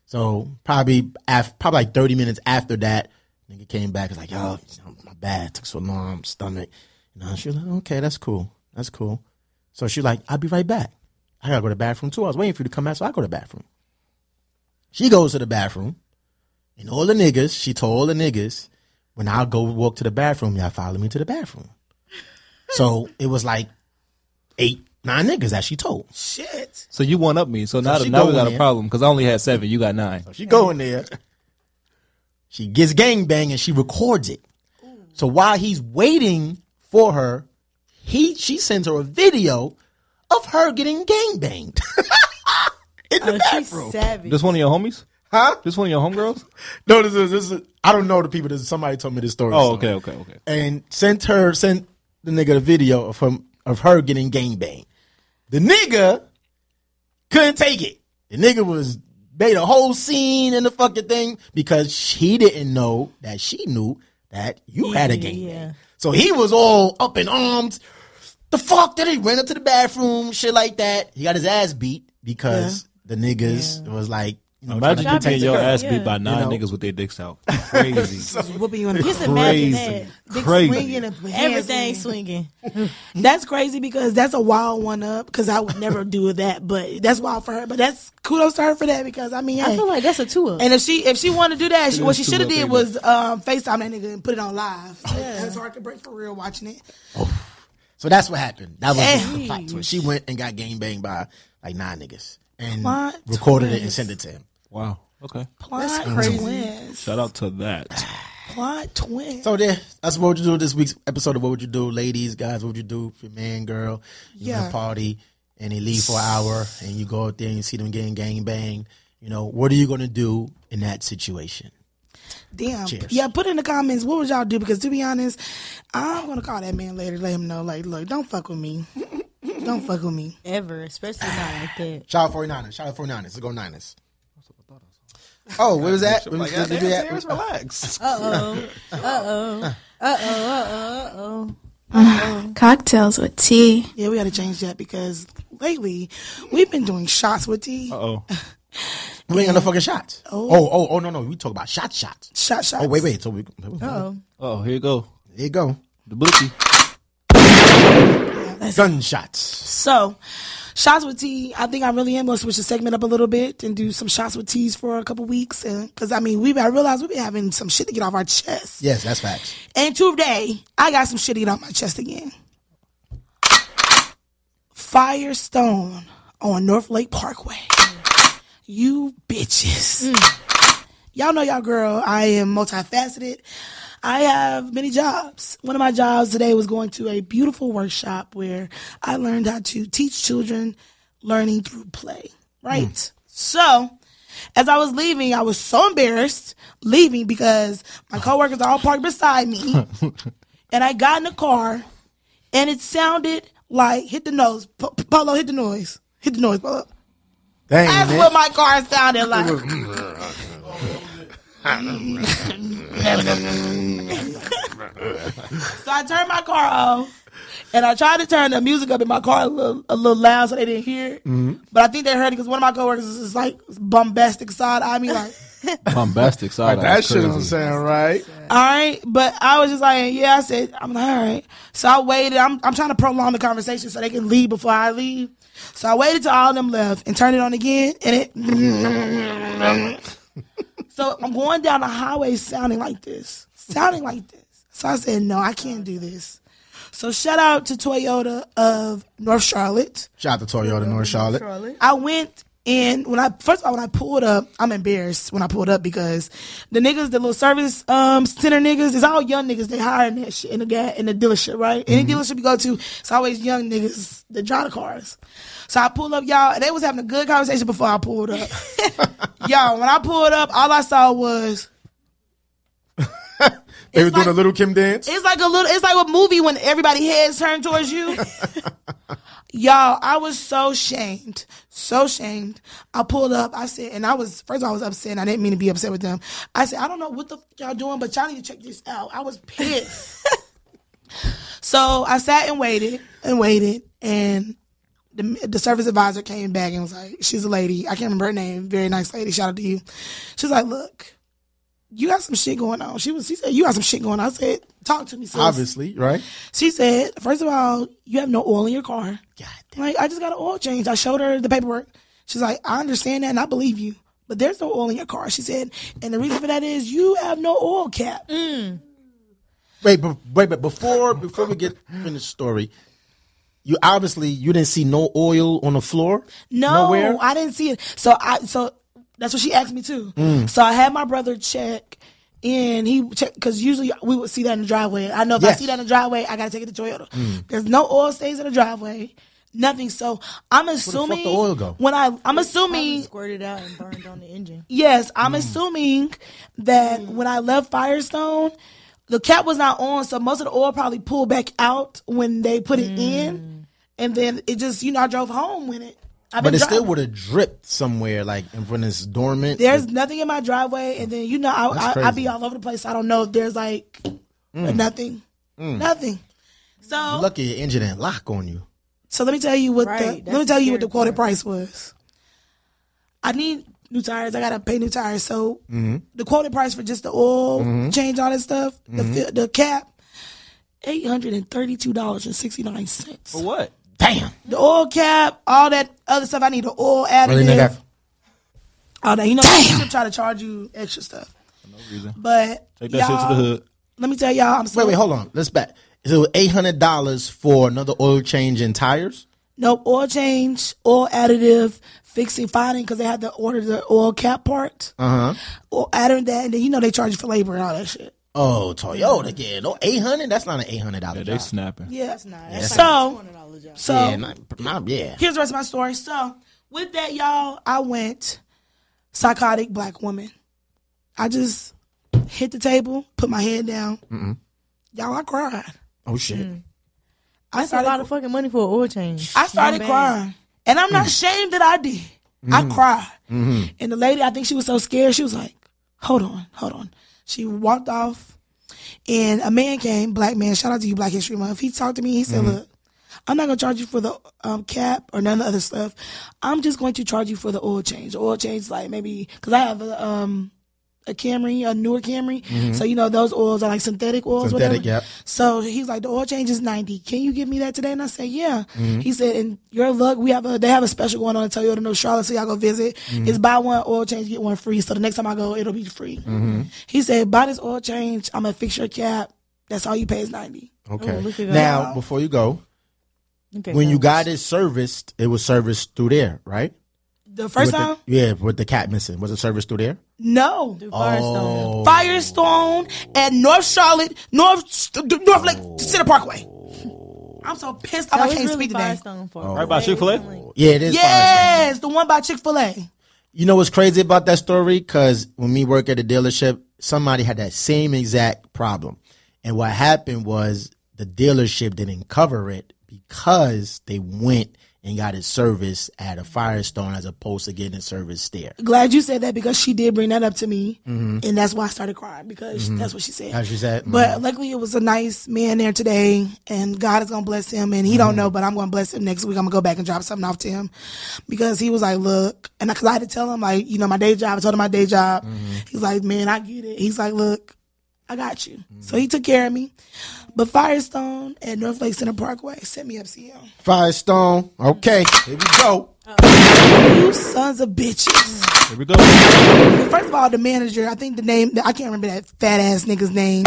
A: So probably af- probably like 30 minutes after that, nigga came back, was like, yo, my bad, took so long, stomach. You know, she was like, okay, that's cool. That's cool. So she like, I'll be right back. I gotta go to the bathroom too. I was waiting for you to come out, so I go to the bathroom. She goes to the bathroom, and all the niggas, she told all the niggas, when I go walk to the bathroom, y'all follow me to the bathroom. So it was like eight, nine niggas that she told.
C: Shit.
D: So you one up me. So, now,
A: she
D: now we
A: going
D: got a
A: in.
D: problem because I only had seven. You got nine.
A: She go in there. She gets gangbang and she records it. So while he's waiting for her, he she sends her a video of her getting gangbanged. in the
B: Oh,
A: bathroom.
B: she's savage.
D: This one of your homies?
A: Huh?
D: This one of your homegirls?
A: No, this is this is I don't know the people. This is somebody told me this story.
D: Oh,
A: so-
D: okay, okay, okay.
A: and sent her sent the nigga the video of him of her getting gangbanged. The nigga couldn't take it. The nigga was made a whole scene in the fucking thing because he didn't know that she knew that you had a gangbang.
B: yeah.
A: So he was all up in arms. The fuck that he ran up to the bathroom, shit like that. He got his ass beat because the niggas was like, you know,
D: Imagine
A: trying
D: you
A: to
D: getting your
A: protect
D: ass
B: yeah.
D: beat by nine
A: You know.
D: niggas with their dicks out. Crazy.
C: Just whooping you in the
B: Just
C: car.
B: imagine
D: Crazy.
B: that.
D: Crazy.
B: Everything swinging.
C: That's crazy because that's a wild one up because I would never do that, but that's wild for her. But that's kudos to her for that because I mean,
B: I
C: hey.
B: feel like that's a two up.
C: and if she if she wanted to do that, she, what she
D: Kudos to
C: should have
D: her,
C: did
D: baby.
C: was um, Facetime that nigga and put it on live. So That's hard to break for real watching it.
A: So that's what happened. That was
C: Yeah.
A: the plot twist. She went and got gang banged by like nine niggas and
C: Plot
A: recorded it and
C: twist.
A: sent it to him.
D: Wow. Okay.
C: Plot twins.
D: Shout out to that.
C: Plot twins.
A: So there, that's what would you do this week's episode of What Would You Do, ladies, guys. What would you do if your man, girl, you in
C: Yeah.
A: a party and they leave for an hour and you go out there and you see them getting gang banged? You know, what are you gonna do in that situation?
C: Damn.
A: Cheers.
C: Yeah, put in the comments what would y'all do because to be honest, I'm gonna call that man later, let him know like, look, don't fuck with me. don't fuck with me.
B: Ever, especially not like that.
A: Shout out 49ers. Shout out 49ers. Let's go Niners. Oh, where was that? Where was- did we do that?
D: relax.
E: Cocktails with tea.
C: Yeah, we gotta change that because lately we've been doing shots with tea.
D: Oh,
A: We ain't got no fucking shots. Oh. oh, oh, no, no. We talk about shot shots.
C: Shot shots.
A: Oh, wait, wait. So we, there
B: Oh,
D: oh, here you go.
A: you go.
D: The blicky.
A: Gunshots.
C: So, shots with tea. I think I really am gonna switch the segment up a little bit and do some shots with teas for a couple weeks. And Cause I mean, we I realize we've been having some shit to get off our chest.
A: Yes, that's facts.
C: And today, I got some shit to get off my chest again. Firestone on North Lake Parkway. You bitches.
A: Mm.
C: Y'all know y'all girl, I am multifaceted. I have many jobs. One of my jobs today was going to a beautiful workshop where I learned how to teach children learning through play. Right? So, as I was leaving, I was so embarrassed leaving because my coworkers are all parked beside me. and I got in the car and it sounded like hit the nose. P- P- Polo, hit the noise. Hit the noise, Polo.
A: Dang,
C: That's
A: man.
C: what my car sounded like. so I turned my car off, and I tried to turn the music up in my car a little, a little loud so they didn't hear. it. But I think they heard it because one of my coworkers is just like bombastic side eye me like.
D: Bombastic side. eye.
F: That shit
D: Crazy.
F: don't sound right.
C: All right, but I was just like, yeah. I said, I'm like, all right. So I waited. I'm, I'm trying to prolong the conversation so they can leave before I leave. So I waited till all of them left and turned it on again, and it. so I'm going down the highway sounding like this, sounding like this. So I said, no, I can't do this. So shout out to Toyota of North Charlotte.
A: Shout out to Toyota North Charlotte.
C: I went and when I first of all when I pulled up, I'm embarrassed when I pulled up because the niggas, the little service um center niggas, it's all young niggas. They hiring that shit in the gas in the dealership, right? Any dealership you go to, it's always young niggas that drive the cars. So I pulled up, y'all, and they was having a good conversation before I pulled up. y'all, when I pulled up, all I saw was
F: They were doing
C: like-
F: a little Kim dance.
C: It's like a little. It's like a movie when everybody heads turned towards you. Y'all, I was so shamed, so shamed. I pulled up. I said, and I was first. Of all, I was upset. and I didn't mean to be upset with them. I said, I don't know what the f- y'all doing, but y'all need to check this out. I was pissed. so I sat and waited and waited, and the, the service advisor came back and was like, she's a lady. I can't remember her name. Very nice lady. Shout out to you. She's like, look you got some shit going on. She was, she said, you got some shit going on. I said, talk to me, sis.
A: Obviously, right?
C: She said, first of all, you have no oil in your car.
A: God damn.
C: Like, I just got an oil change. I showed her the paperwork. She's like, I understand that and I believe you, but there's no oil in your car. She said, and the reason for that is you have no oil cap.
A: Mm. Wait, but wait, but before before we get finish the story, you obviously you didn't see no oil on the floor.
C: No,
A: Nowhere?
C: I didn't see it. So I so that's what she asked me too.
A: Mm.
C: So I had my brother check, and he checked because usually we would see that in the driveway. I know if I
A: Yes. Mm.
C: see that in the driveway, I gotta take it to Toyota. There's no oil stains in the driveway, nothing. So I'm assuming
A: the oil go?
C: when I I'm assuming
B: Squirted out and burned on the engine.
C: yes, I'm
A: Mm.
C: assuming that when I left Firestone. The cap was not on, so most of the oil probably pulled back out when they put it in, and then it just you know I drove home with it. I've
A: Mm. But
C: been
A: it still
C: driving.
A: would have dripped somewhere, like in front of this dormant.
C: There's nothing in my driveway, and then you know I,
A: That's
C: I, I be
A: crazy. Mm.
C: all over the place. I don't know if there's like nothing, nothing. So
A: lucky your engine didn't lock on you.
C: so let me tell you what
B: Right,
C: the
B: that's
C: let me tell you what
B: the
C: the
B: scary
C: quoted
B: part.
C: price was. I need new tires. I gotta pay new tires. So
D: Mm-hmm.
C: the quoted price for just the oil change, all that stuff, the
D: Mm-hmm.
C: fi the cap, eight hundred and thirty two dollars and sixty nine cents.
D: What?
A: Damn.
C: The oil cap, all that other stuff. I need the oil additive.
A: Really, nigga?
C: all that. Oh, You know, they try to charge you extra stuff. But
D: Take that shit to the hood.
C: Let me tell y'all, I'm still
A: Wait, wait, hold on. Let's back. So eight hundred dollars for another oil change and tires.
C: Nope, oil change, oil additive, fixing, finding, because they had to order the oil cap part. Uh huh. Or adding that, and then you know they charge you for labor and all that shit.
A: Oh, Toyota again. No eight hundred. That's not an eight hundred dollar
D: They
A: job.
D: snapping.
C: Yeah, that's
B: not-
C: So, so
A: Yeah, not, not yeah.
C: here's the rest of my story. So, with that, y'all, I went psychotic black woman. I just hit the table, put my head down. Y'all, I cried.
A: Oh shit.
C: I
B: That's a
C: started,
B: lot of fucking money for an oil change.
C: I started
B: Not bad.
C: crying, and I'm not ashamed that I did. I cried, and the lady, I think she was so scared, she was like, "Hold on, hold on." She walked off, and a man came, black man. Shout out to you, Black History Month. He talked to me. He said, "Look." I'm not gonna charge you for the um, cap or none of the other stuff. I'm just going to charge you for the oil change. The oil change, like maybe because I have a um a Camry, a newer Camry, so you know those oils are like synthetic oils.
A: Synthetic,
C: whatever.
A: yep.
C: So he's like, the oil change is 90. Can you give me that today? And I said, yeah.
A: Mm-hmm.
C: He said, and your luck, we have a they have a special going on in Toyota, North Charlotte, so y'all go visit.
A: Mm-hmm.
C: It's buy one oil change, get one free. So the next time I go, it'll be free.
A: Mm-hmm.
C: He said, buy this oil change. I'm gonna fix your cap. That's all you pay is 90.
A: Okay.
B: Oh, look at
A: now, before you go,
B: Okay,
A: when you
B: so-
A: got it serviced, it was serviced through there, right?
C: The
A: With
C: first
A: the-
C: time,
A: yeah, with the cat missing, was it serviced through there?
C: no.
A: Oh.
B: Firestone.
C: Firestone at North Charlotte, North North Lake Center Parkway.
A: Oh.
C: I'm so pissed off.
B: That
C: I
B: was
C: can't
B: really
C: speak today.
B: Firestone for
D: Right by Chick Fil A.
A: Yeah, it is. Firestone.
C: Yes, the one by Chick Fil A.
A: You know what's crazy about that story? Because when we work at a dealership, somebody had that same exact problem. And what happened was the dealership didn't cover it because they went and got it serviced at a Firestone as opposed to getting it serviced there.
C: Glad you said that because she did bring that up to me, and that's why I started crying because that's what she said.
A: Mm-hmm. As you Mm-hmm. said,
C: But luckily, it was a nice man there today, and God is gonna bless him. And he
A: Mm-hmm.
C: don't know, but I'm gonna bless him next week. I'm gonna go back and drop something off to him because he was like, "Look," and because I had to tell him, like, you know, my day job. I told him my day job.
A: Mm-hmm.
C: He's like, "Man, I get it." He's like, "Look, I got you."
A: Mm-hmm.
C: So he took care of me. But Firestone at North Lake Center Parkway sent me up CM.
A: Firestone, okay, here we go.
C: You sons of bitches.
D: Here we go.
C: First of all, the manager, I think the name, I can't remember that fat ass nigga's name.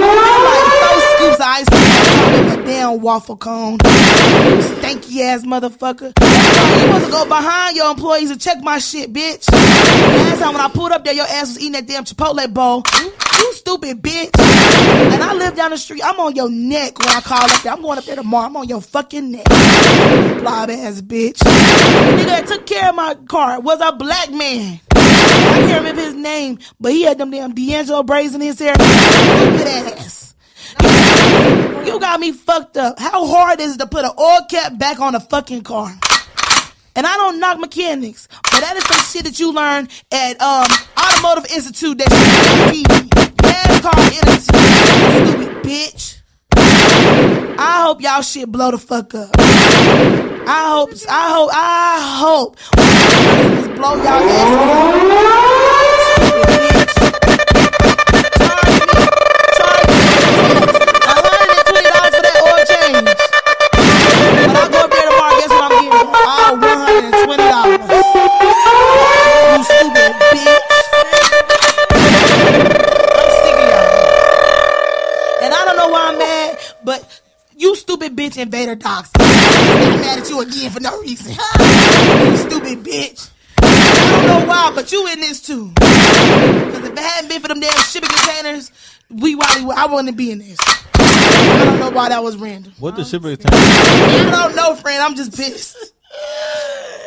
C: like, those scoops of ice cream with a damn waffle cone. You Stanky ass motherfucker. That's why You supposed to go behind your employees and check my shit, bitch. Last time when I pulled up there, your ass was eating that damn Chipotle bowl. You stupid bitch. And I live down the street. I'm on your neck when I call up there. I'm going up there tomorrow. I'm on your fucking neck blob ass bitch. Nigga that took care of my car was a black man. I can't remember his name, but he had them damn D'Angelo braids in his hair. Stupid ass. You got me fucked up. How hard is it to put an oil cap back on a fucking car? And I don't knock mechanics, but that is some shit that you learn at um, Automotive Institute that you on TV. NASCAR Institute, stupid bitch. I hope y'all shit blow the fuck up. I hope, I hope, I hope just blow y'all asses. Stupid bitch. Charge me, charge me $120 for that oil change. When I go up there tomorrow, guess what I'm getting? All $120. You stupid bitch. I'm sick of y'all. And I don't know why I'm mad, but you stupid bitch invader docs. I'm mad at you again for no reason. you stupid bitch. I don't know why, but you in this too. Because if it hadn't been for them damn shipping containers, we why I wouldn't be in this. I don't know why that was random.
D: What the shipper? Well,
C: I don't know, friend. I'm just pissed.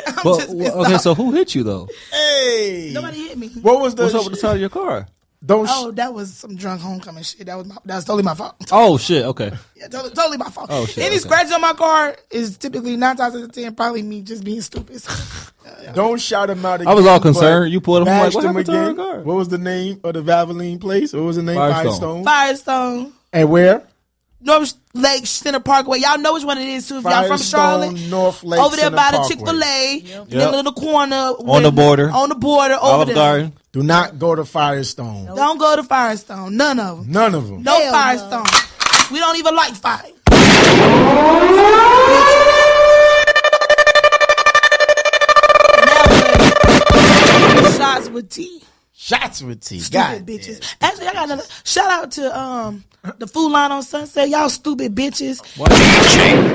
C: I'm just pissed
D: well, okay,
C: off.
D: so who hit you though?
A: Hey,
C: Nobody hit me.
A: what was the?
D: What's up with the side of your car?
A: Don't.
C: Oh, that was some drunk homecoming shit. That was my, that was totally my fault.
D: Oh shit. Okay.
C: Yeah, totally, totally my fault.
D: Oh, shit,
C: Any
D: okay.
C: scratches on my car is typically nine times out of ten probably me just being stupid.
A: Don't shout him out. Again,
D: I was all
A: but
D: concerned. You pulled him. I'm like,
A: bashed
D: what
A: him
D: happened to her
A: again.
D: car?
A: What was the name of the Valvoline place? What was the name?
D: Firestone.
A: Firestone.
C: Firestone
A: And where?
C: North Lake Center Parkway. Y'all know which one it is too. If y'all from
A: Firestone,
C: Charlotte,
A: North Lake
C: over there
A: Center
C: by the
A: Parkway.
C: Chick Fil A,
D: Yep.
C: middle of the corner,
D: On the border.
C: on the border, over
D: Olive
C: there.
D: Garden.
A: Do not go to Firestone.
C: Don't go to Firestone. None of them.
A: None of them.
C: No
B: Hell no.
C: Firestone. We don't even like fire. Nowadays, Shots with tea.
A: Shots with T.
C: Stupid
A: God
C: bitches. Actually, I got another shout out to um the food line on Sunset. Y'all stupid bitches.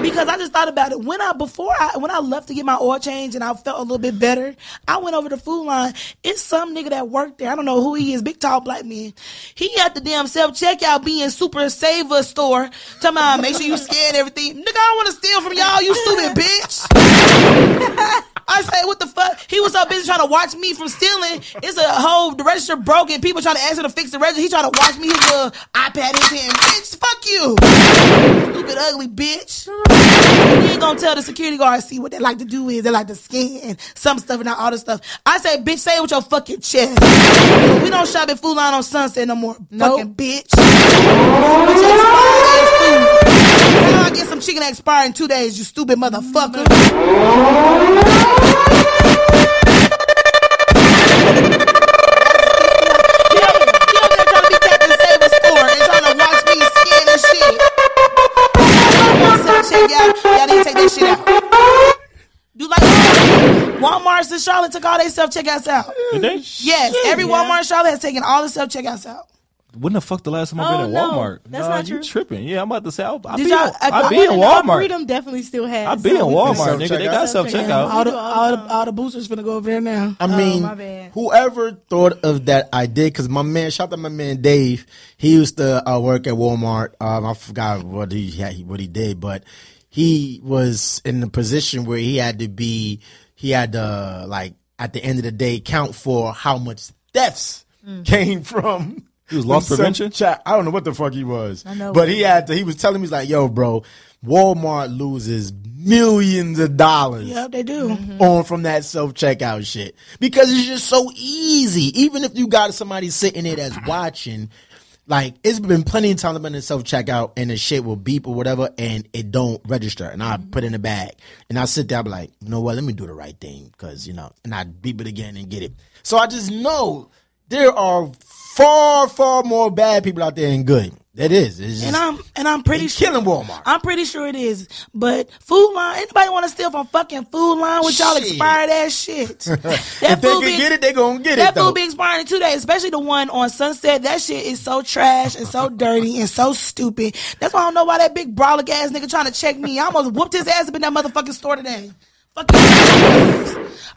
C: Because I just thought about it when I before I when I left to get my oil change and I felt a little bit better. I went over to food line. It's some nigga that worked there. I don't know who he is. Big tall black man. He at the damn self checkout being super saver store. Tell me make sure you scan everything. Nigga, I don't want to steal from y'all. You stupid bitch. I say, what the fuck? He was so busy trying to watch me from stealing. It's a whole the register broke and people trying to ask him to fix the register. He trying to watch me his little iPad in his hand. Bitch, fuck you, stupid ugly bitch. You ain't gonna tell the security guards see what they like to do is they like to scan some stuff and not all this stuff. I say, bitch, say it with your fucking chest. we don't shop at Food Line on Sunset no more.
B: Nope.
C: Fucking bitch. Bitch, that's fine ass food. Now I get some chicken that expire in two days, you stupid motherfucker. Get over get over there trying to be Captain Save a Store and trying to watch me skin and shit. Some shit, y'all, y'all need to take that shit out. Do like Walmart's in Charlotte took all their self checkouts out.
D: Did they?
C: Yes, every Walmart in Charlotte has taken all the self checkouts out.
D: When the fuck the last time I've been
B: Oh,
D: in
B: no.
D: Walmart?
B: That's
D: Nah,
B: not
D: you
B: true.
D: tripping. Yeah, I'm about to say, I've
C: Did
D: been
C: y'all- I- I
D: in Walmart.
B: Freedom definitely still has.
D: I've been in
B: some-
D: Walmart, nigga. They
A: Self-checkout.
D: got self checkout.
C: All the all the, all the boosters finna go over there now.
A: I mean,
B: Oh, my bad.
A: whoever thought of that idea? Because my man, shout out to my man Dave. He used to uh, work at Walmart. Um, I forgot what he had, what he did, but he was in the position where he had to be. He had to like at the end of the day count for how much thefts
B: Mm.
A: came from.
D: He was loss
A: from some
D: prevention?
A: cha- I don't know what the fuck he was, I
B: know.
A: but he had to. He was telling me he's like, "Yo, bro, Walmart loses millions of dollars."
C: Yep, they do.
A: on Mm-hmm. from that self checkout shit because it's just so easy. Even if you got somebody sitting there that's watching, like it's been plenty of times I've been in self checkout and the shit will beep or whatever and it don't register and I
C: Mm-hmm.
A: put it in the bag and I sit there i be like, you know what? Let me do the right thing because you know, and I beep it again and get it. So I just know there are far far more bad people out there than good. That is, it's just,
C: And I'm and I'm pretty
A: it's
C: sure
A: killing Walmart.
C: I'm pretty sure it is. But food line, anybody want to steal from fucking food line with y'all
A: Shit.
C: expired ass shit?
A: if
C: That
A: they can
C: food be
A: get it, they gonna get
C: that
A: it though.
C: food be expiring in two days, especially the one on Sunset. That shit is so trash and so dirty and so stupid. That's why I don't know why that big brolic ass nigga trying to check me. I almost whooped his ass up in that motherfucking store today. Fucking.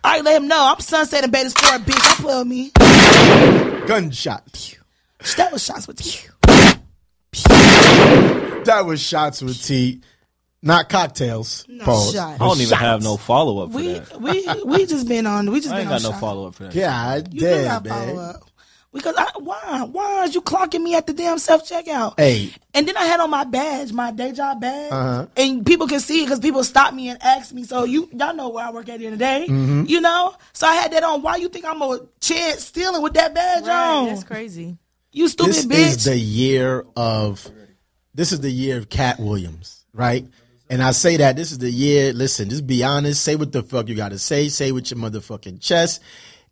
C: All right, let him know I'm Sunset and Beta Store, bitch. Don't play with me.
A: Gunshot.
C: That was shots with you.
A: That was shots with tea, not cocktails. Pause.
C: shot.
D: I don't even have no follow up for
C: We
D: that.
C: we we just been on. We just
D: I ain't
C: been on
D: got no
C: shots.
D: follow up for that.
A: Yeah, I
C: You do
A: did,
C: not follow
A: man.
C: up. Because I, why? Why is you clocking me at the damn self checkout?
A: Hey.
C: And then I had on my badge, my day job badge,
A: Uh-huh.
C: and people can see it because people stop me and ask me. So you y'all know where I work at the end of the day, you know. So I had that on. Why you think I'm a chance stealing with that badge
B: Right,
C: on?
B: that's crazy.
C: You stupid
A: This
C: bitch.
A: is the year of. This is the year of Cat Williams, right? And I say that this is the year. Listen, just be honest. Say what the fuck you gotta say. Say with your motherfucking chest,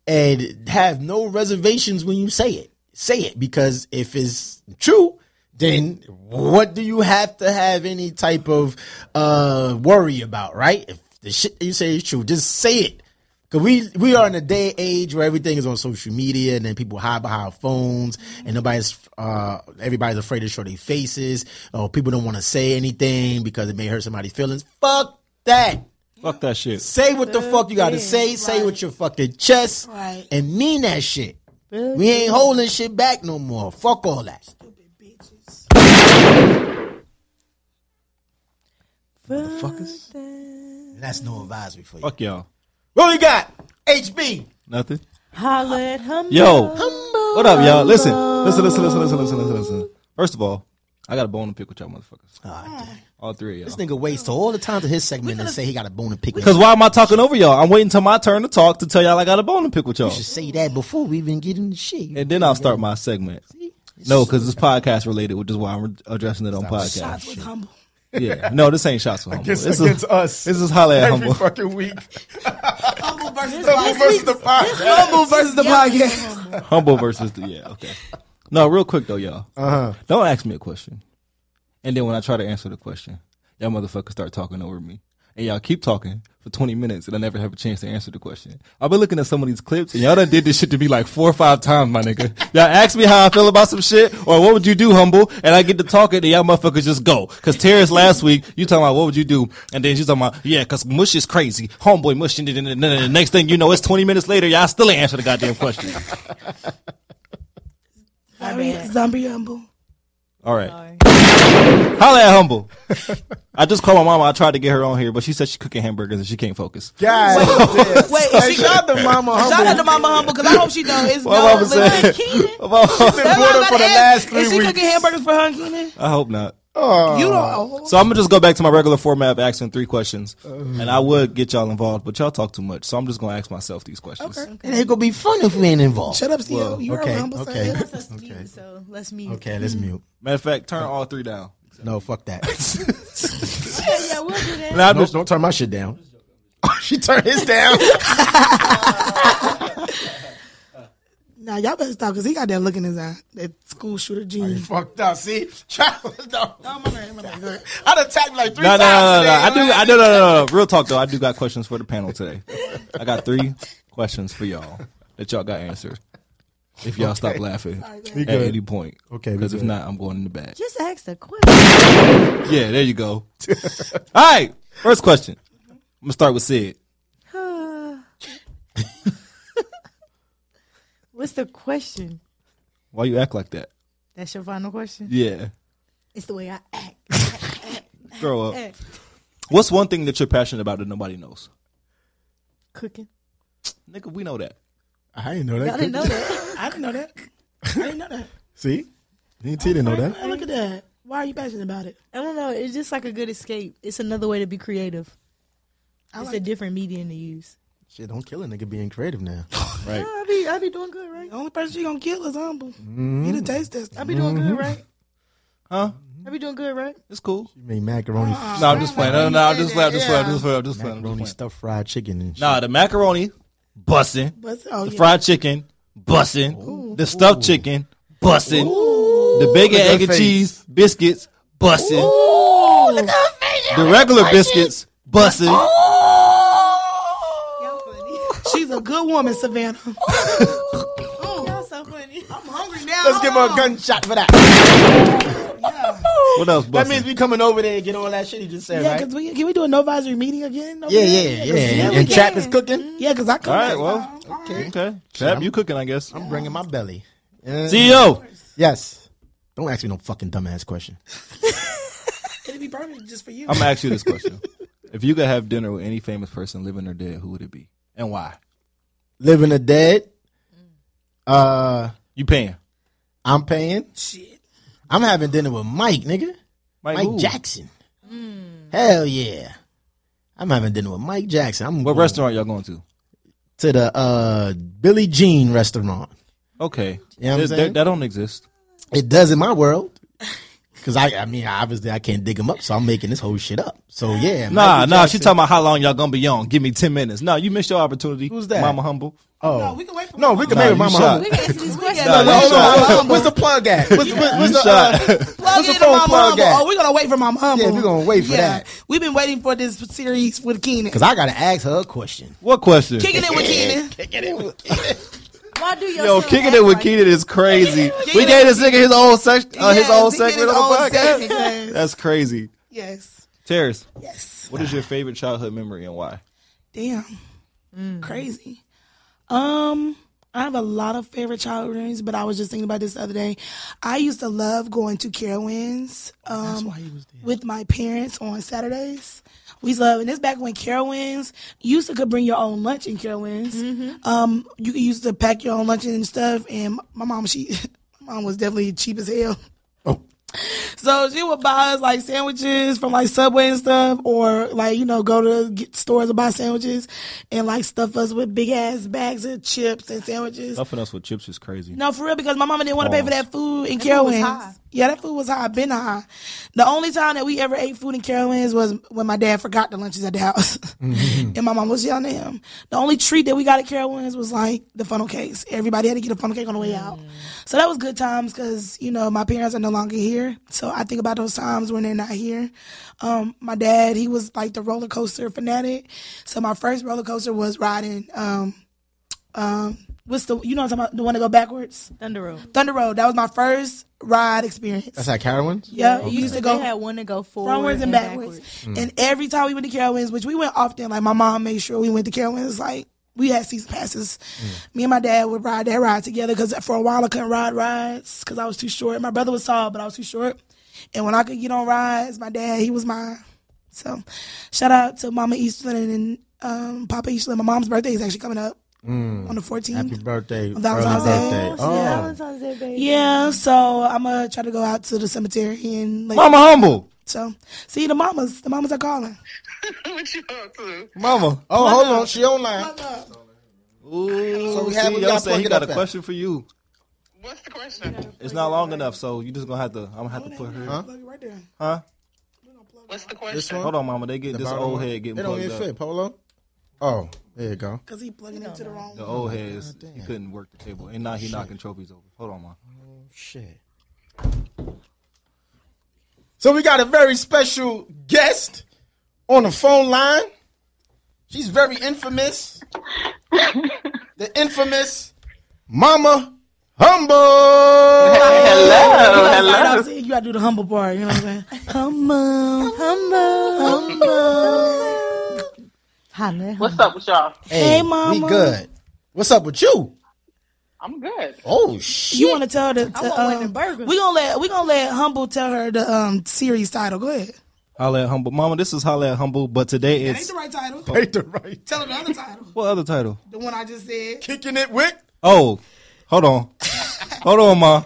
A: and have no reservations when you say it. Say it because if it's true, then what do you have to have any type of uh worry about, right? If the shit that you say is true, just say it. Cause we we are in a day and age where everything is on social media, and then people hide behind phones, and nobody's uh, everybody's afraid to show their faces, or people don't want to say anything because it may hurt somebody's feelings. Fuck that.
D: Fuck that shit.
A: Say what the fuck you got to say. Say it with your fucking chest,
C: Right.
A: and mean that shit. We ain't holding shit back no more. Fuck all that.
D: Fuckers.
A: That's no advisory for you.
D: Fuck y'all.
A: What we got? HB.
D: Nothing.
B: Holla at him.
D: Yo, what up, y'all? Listen, listen, listen, listen, listen, listen, listen, listen. First of all, I got a bone to pick with y'all motherfuckers. All three of
A: Ah. This
D: y'all.
A: nigga wastes all the time to his segment and say he got a bone to pick. with
D: Because why am I talking over y'all? I'm waiting till my turn to talk to tell y'all I got a bone to pick with y'all.
A: you should say that before we even get into shit.
D: And then I'll start my segment. No, because it's podcast related, which is why I'm addressing it on podcast.
C: Shots with humble.
D: Yeah, no, this ain't shots with humble.
F: It's
D: This
F: against
D: is
F: us.
D: this is holla at
F: every
D: humble.
F: fucking week.
C: Humble versus
F: Double versus the podcast.
C: Humble versus the podcast.
D: Humble versus the yeah. Okay. No, real quick though, y'all. Uh-huh. Don't ask me a question, and then when I try to answer the question, y'all motherfuckers start talking over me, and y'all keep talking for twenty minutes, and I never have a chance to answer the question. I've been looking at some of these clips, and y'all done did this shit to me like four or five times, my nigga. Y'all ask me how I feel about some shit, or what would you do, humble, and I get to talking, and y'all motherfuckers just go. Cause Terrence last week, you talking about what would you do, and then she's talking about yeah, cause mush is crazy, homeboy mush, and then- and then the next thing you know, it's twenty minutes later, y'all still ain't answer the goddamn question.
C: Zombie- Zombie humble.
D: All right. Holla at Humble. I just called my mama. I tried to get her on here, but she said she's cooking hamburgers and she can't focus.
F: God,
C: Wait, is she
F: shout out to Mama
C: Shout out
F: Humble.
C: to Mama Humble because I hope she knows. It's
D: My
C: no
D: mama said-
C: Keenan.
D: I
F: Been bored for the last three
C: Is she
F: weeks.
C: cooking hamburgers for her, Keenan?
D: hope not.
C: You don't. Oh,
D: So I'm gonna just go back to my regular format of asking three questions, and I would get y'all involved, but y'all talk too much. So I'm just gonna ask myself these questions.
A: It ain't gonna be fun if we ain't involved.
C: shut up, Steve. You're
A: okay,
C: a humble
A: okay.
C: son.
B: That's us mute, so let's mute.
A: Okay, let's mute.
D: Matter of fact, turn all three down.
A: No, fuck that.
B: Yeah, yeah, we'll do that.
D: And I'm
A: Nope,
D: just-
A: don't turn my shit down. Oh, she turned his down.
C: Now y'all better stop because he got that look in his eye. That school shooter gene.
F: Fucked up. See, Travis, no. I'd attack him like three
D: No, no,
F: times.
D: no, no,
F: today.
D: no. I do. I do. No, no, no, no. Real talk though. I do got questions for the panel today. I got three questions for y'all that y'all got answered. If y'all stop laughing at
A: good.
D: any point,
A: Okay, we
D: Because if
A: good.
D: not, I'm going in the bag.
B: Just ask the question.
D: Yeah, there you go. All right. First question. I'm gonna start with Sid.
B: What's the question?
D: Why you act like that?
B: That's your final question.
D: Yeah.
B: It's the way I act.
D: Grow up. What's one thing that you're passionate about that nobody knows?
B: Cooking.
D: Nigga, we know that.
A: I didn't know that.
B: Y'all didn't know that.
C: I didn't know that. I didn't know that.
A: See, DT didn't know that.
C: Oh, look at that. Why are you passionate about it?
B: I don't know. It's just like a good escape. It's another way to be creative. it's a different medium to use.
A: Shit, don't kill a nigga being creative now.
D: Right.
B: I be I be doing good, right?
C: The only person you gonna kill is humble.
A: Mm-hmm.
C: He the taste test.
B: I be doing good, right?
D: Huh?
B: I be doing good, right?
D: It's cool.
A: You made macaroni,
D: No, I'm just playing. No, no, no, I'm just playing. I'm just playing. I'm just playing. I'm just playing. I'm just
A: macaroni
D: playing.
A: stuffed fried chicken and shit.
D: Nah, the macaroni, bussin'.
C: But oh
D: the
C: yeah.
D: fried chicken, bussin'. The stuffed chicken, bussin'. The bacon,
F: Look at
D: egg,
F: her
D: and
F: face.
D: cheese biscuits, bussin'. The regular biscuits, bussin'.
C: She's a good woman, Savannah.
B: Y'all so funny.
C: I'm hungry now.
F: Let's give him a gunshot for that.
D: What else, bussin'?
F: That means we coming over there and get all that shit he just said,
C: Yeah,
F: right?
C: cause we can we do a no advisory meeting again? over
A: Yeah,
C: there?
A: yeah, yeah.
C: 'cause-
A: And,
C: we
A: and
C: can.
A: Chap is cooking.
C: Yeah, cause I come.
D: All right,
C: back.
D: well, okay. Okay. Chap, you cooking, I guess.
A: I'm bringing my belly. Uh,
D: CEO.
A: Yes. Don't ask me no fucking dumbass question.
C: it'd be perfect just for you.
D: I'm gonna ask you this question: If you could have dinner with any famous person, living or dead, who would it be, and why?
A: Living or dead. Uh,
D: You paying?
A: I'm paying.
C: Shit.
A: I'm having dinner with Mike, nigga. Mike
D: who?
A: Jackson. Hmm. Hell yeah. I'm having dinner with Mike Jackson. I'm
D: What
A: going
D: restaurant y'all going to?
A: to the uh Billie Jean restaurant.
D: Okay,
A: You know what I'm
D: That- that-
A: saying?
D: that don't exist.
A: It does in my world. Cause I, I mean, obviously I can't dig him up, so I'm making this whole shit up. So yeah,
D: Nah,
A: Michael
D: nah. She
A: Jackson.
D: talking about how long y'all gonna be on. Give me ten minutes. Nah, you missed your opportunity.
A: Who's that?
D: Mama humble.
A: Oh,
C: No, we can wait for.
A: no, we can
D: Nah,
A: make
D: you
A: it Mama
D: shot.
A: Humble.
B: We can answer these questions.
D: Nah,
A: No,
D: you
A: hold on,
D: shot.
A: hold on. What's the plug at? What's, the- what's,
D: You
A: what's the uh,
D: shot.
C: Plug
A: What's
C: in
A: the phone
C: Mama
A: plug
C: Humble.
A: at?
C: Oh, we're gonna Oh, wait for Mama Humble.
A: we gonna wait for that.
C: We've been waiting for this series with Keenan.
A: Cause I gotta ask her a question.
D: What question?
C: Kicking it with Keenan.
B: Why do yourself
D: Yo, kicking it with
B: act like-
D: Keenan is crazy. We
C: Keenan-
D: gave this nigga his old section, uh, his
C: Yes,
D: old
C: he did
D: segment
C: his
D: on the
C: own
D: podcast.
C: segment, yes.
D: That's crazy.
C: Yes.
D: Terrace,
C: Yes.
D: what is your favorite childhood memory and why?
C: Damn. Crazy. Um, I have a lot of favorite childhood memories, but I was just thinking about this the other day. I used to love going to Carowinds um, with my parents on Saturdays. We used to love, and this back when Carowinds, you used to could bring your own lunch in Carowinds. Um, you could used to pack your own lunch and stuff, and my mom, she, my mom was definitely cheap as hell. So she would buy us like sandwiches from like Subway and stuff, or like you know go to get stores and buy sandwiches, and like stuff us with big ass bags of chips and sandwiches.
D: Stuffing us with chips is crazy.
C: No, for real, because my mama didn't want to pay for that food in Carowinds.
B: high.
C: Yeah, that food was high, been high. The only time that we ever ate food in Carowinds was when my dad forgot the lunches at the house, and my mom was yelling at him. The only treat that we got at Carowinds was like the funnel cakes. Everybody had to get a funnel cake on the way out, so that was good times because you know my parents are no longer here. So I think about those times when they're not here. Um, my dad, he was like the roller coaster fanatic, so my first roller coaster was riding. Um, um, what's the you know what I'm talking about the one to go backwards?
B: Thunder Road.
C: Thunder Road. That was my first ride experience.
A: That's like Carowinds?
C: Yeah, you used to
B: They
C: go
B: had one to go forward
C: frontwards and backwards.
A: Mm.
C: And every time we went to Carowinds, which we went often, like my mom made sure we went to Carowinds, like we had season passes.
A: Mm.
C: Me and my dad would ride that ride together because for a while I couldn't ride rides because I was too short. My brother was tall, but I was too short. And when I could get on rides, my dad, he was mine. So shout out to Mama Eastland and um, Papa Eastland. My mom's birthday is actually coming up on the
A: Mm.
C: 14th.
A: Happy birthday.
C: Valentine's
A: early
C: Day.
A: birthday.
B: Oh,
A: Oh.
B: Valentine's Day, baby.
C: Yeah, so I'm gonna try to go out to the cemetery and like
D: Mama humble.
C: so see the mamas. The mamas are calling.
F: what you up to?
D: Mama.
A: Oh, hold on. She online.
D: Ooh,
A: So we have-
D: see,
A: we
D: y'all
A: gotta
D: said he
A: plug it
D: got
A: up
D: a
A: then.
D: question for you.
F: What's the question?
D: It's not long enough, so you just gonna have to. I'm gonna have to put her. Huh?
C: Right there.
F: What's the
A: This
F: question?
A: one?
D: Hold on, Mama. They get this
A: Bottom
D: old
A: one?
D: head getting
A: It don't
D: plugged
A: even
D: up.
A: fit. Polo? Oh, there you go.
C: Cause he plugging into the wrong
D: The
C: one.
D: old head
A: Oh,
D: is, he couldn't work the table, and now he knocking trophies over. Hold on, Mama.
A: Shit. So we got a very special guest on the phone line. She's very infamous. the infamous Mama Humble.
C: Hello, hello. You gotta do the humble part. You know what I'm saying? humble,
B: Humble.
C: humble.
B: Hi, man.
G: What's up with y'all?
A: Hey,
C: Mama.
A: We good. What's up with you?
G: I'm good.
A: Oh shit.
C: You want to tell the?
B: I
C: the,
B: want one of
C: um,
B: them burgers.
C: We gonna let we gonna let humble tell her the um series title. Go ahead.
D: Holla at humble, Mama. This is holla at humble, but today it's
C: right title.
A: Ain't the right
C: Tell her the other title.
D: what other title?
C: The one I just said.
A: kicking it with.
D: Oh, hold on, hold on, Ma.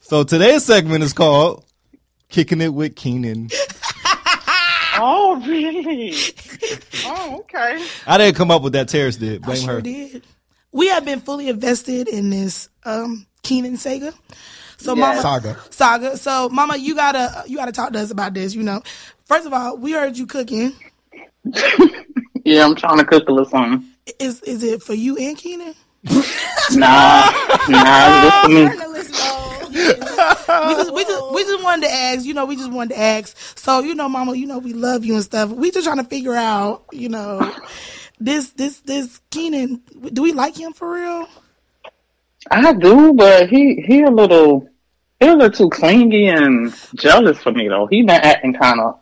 D: So today's segment is called "Kicking It with Keenan."
G: Oh, really? oh, okay.
D: I didn't come up with that. Terrence did. Blame
C: sure
D: her.
C: did. We have been fully invested in this um Keenan Saga. So
G: Yeah.
C: mama
A: Saga.
C: Saga. So mama, you gotta you gotta talk to us about this, you know. First of all, we heard you cooking.
G: Yeah, I'm trying to cook a little something.
C: Is is it for you and Keenan?
G: Nah, nah, listen to me.
C: We just, we just we just wanted to ask, you know, we just wanted to ask. So, you know, mama, you know we love you and stuff. We just trying to figure out, you know, this this this Keenan, do we like him for real?
G: I do, but he he a little he a little too clingy and jealous for me though. He been acting kind of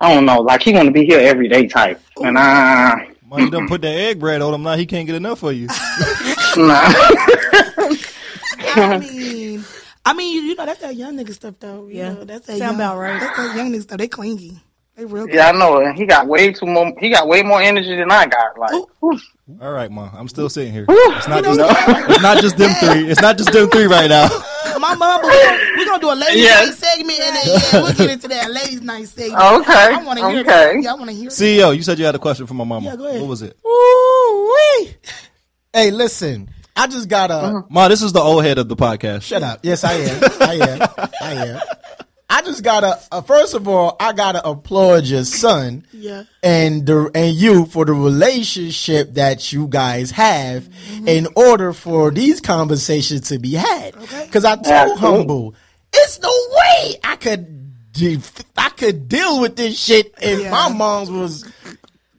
G: I don't know, like he want to be here every day type, and I
D: Ma, you done put that egg bread on him. Now he can't get enough of you.
G: nah.
C: I mean, I mean, you, you know, that's that young nigga stuff though. You
B: Yeah.
C: know, that's that
B: Sound
C: young,
B: about right.
C: That's that young nigga stuff. They clingy. They real.
G: yeah, I know. And he got way too more. He got way more energy than I got. Like, oof.
D: All right, Ma. I'm still sitting here. It's not just it's not just them three. It's not just them three right now.
C: clingy. My mom, but we're gonna, we gonna do a ladies'
G: Yeah.
C: night segment, and then, yeah, we'll get into that ladies' night segment.
G: Okay,
C: I want to hear. That.
G: okay.
C: Yeah, I want to hear. it.
D: CEO, E you said you had a question for my mama.
C: Yeah, go ahead.
D: What was it?
A: Ooh-wee. Hey, listen. I just got a
C: Uh-huh.
D: Ma, this is the old head of the podcast.
A: Shut up. Yes, I am. I am. I am. I just gotta. Uh, first of all, I gotta applaud your son
C: Yeah.
A: and the and you for the relationship that you guys have
C: Mm-hmm.
A: in order for these conversations to be had. Because I told
G: Absolutely.
A: humble, it's no way I could def- I could deal with this shit if
C: Yeah.
A: my mom's was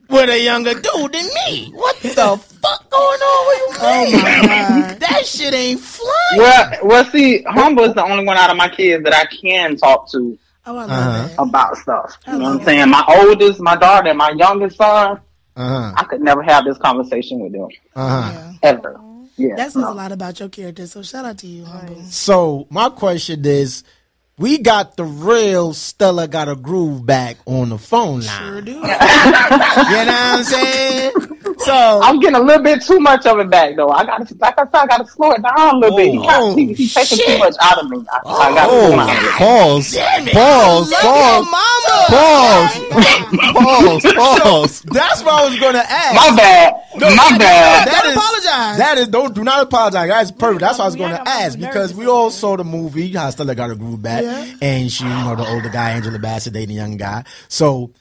A: with a younger dude than me. What the fuck going on with you?
C: Oh my god.
A: That shit ain't flying.
G: well, well, see, humble is the only one out of my kids that I can talk to
C: Oh, I love
B: Uh-huh.
C: that.
G: about stuff. You know what I'm saying? My oldest, my daughter, and my youngest son,
A: uh-huh.
G: I could never have this conversation with them
B: Uh-huh.
C: Yeah.
G: ever. Yeah,
C: That says a lot about your character. So shout out to you, humble.
A: So my question is, we got the real Stella got a groove back on the phone line.
C: Sure do.
A: You know what I'm saying? So
G: I'm getting a little bit too much of it back, though. I got to, like I said, I got to slow it down a little bit. He got- he- He's taking too much out of me. I, I got
D: Oh.
G: to slow down.
D: pause, pause, pause, pause, pause, pause.
A: that's what I was gonna ask.
G: My bad. My bad.
A: That
F: Don't
A: is-
F: apologize.
A: That is don't do not apologize. That's perfect. That's what I was
B: we
A: going
B: are
A: to
B: gonna
A: ask
B: be
A: because
B: nervous.
A: we all saw the movie. How Stella got her groove back, and she, you know, the older guy, Angela Bassett, dating the young guy. So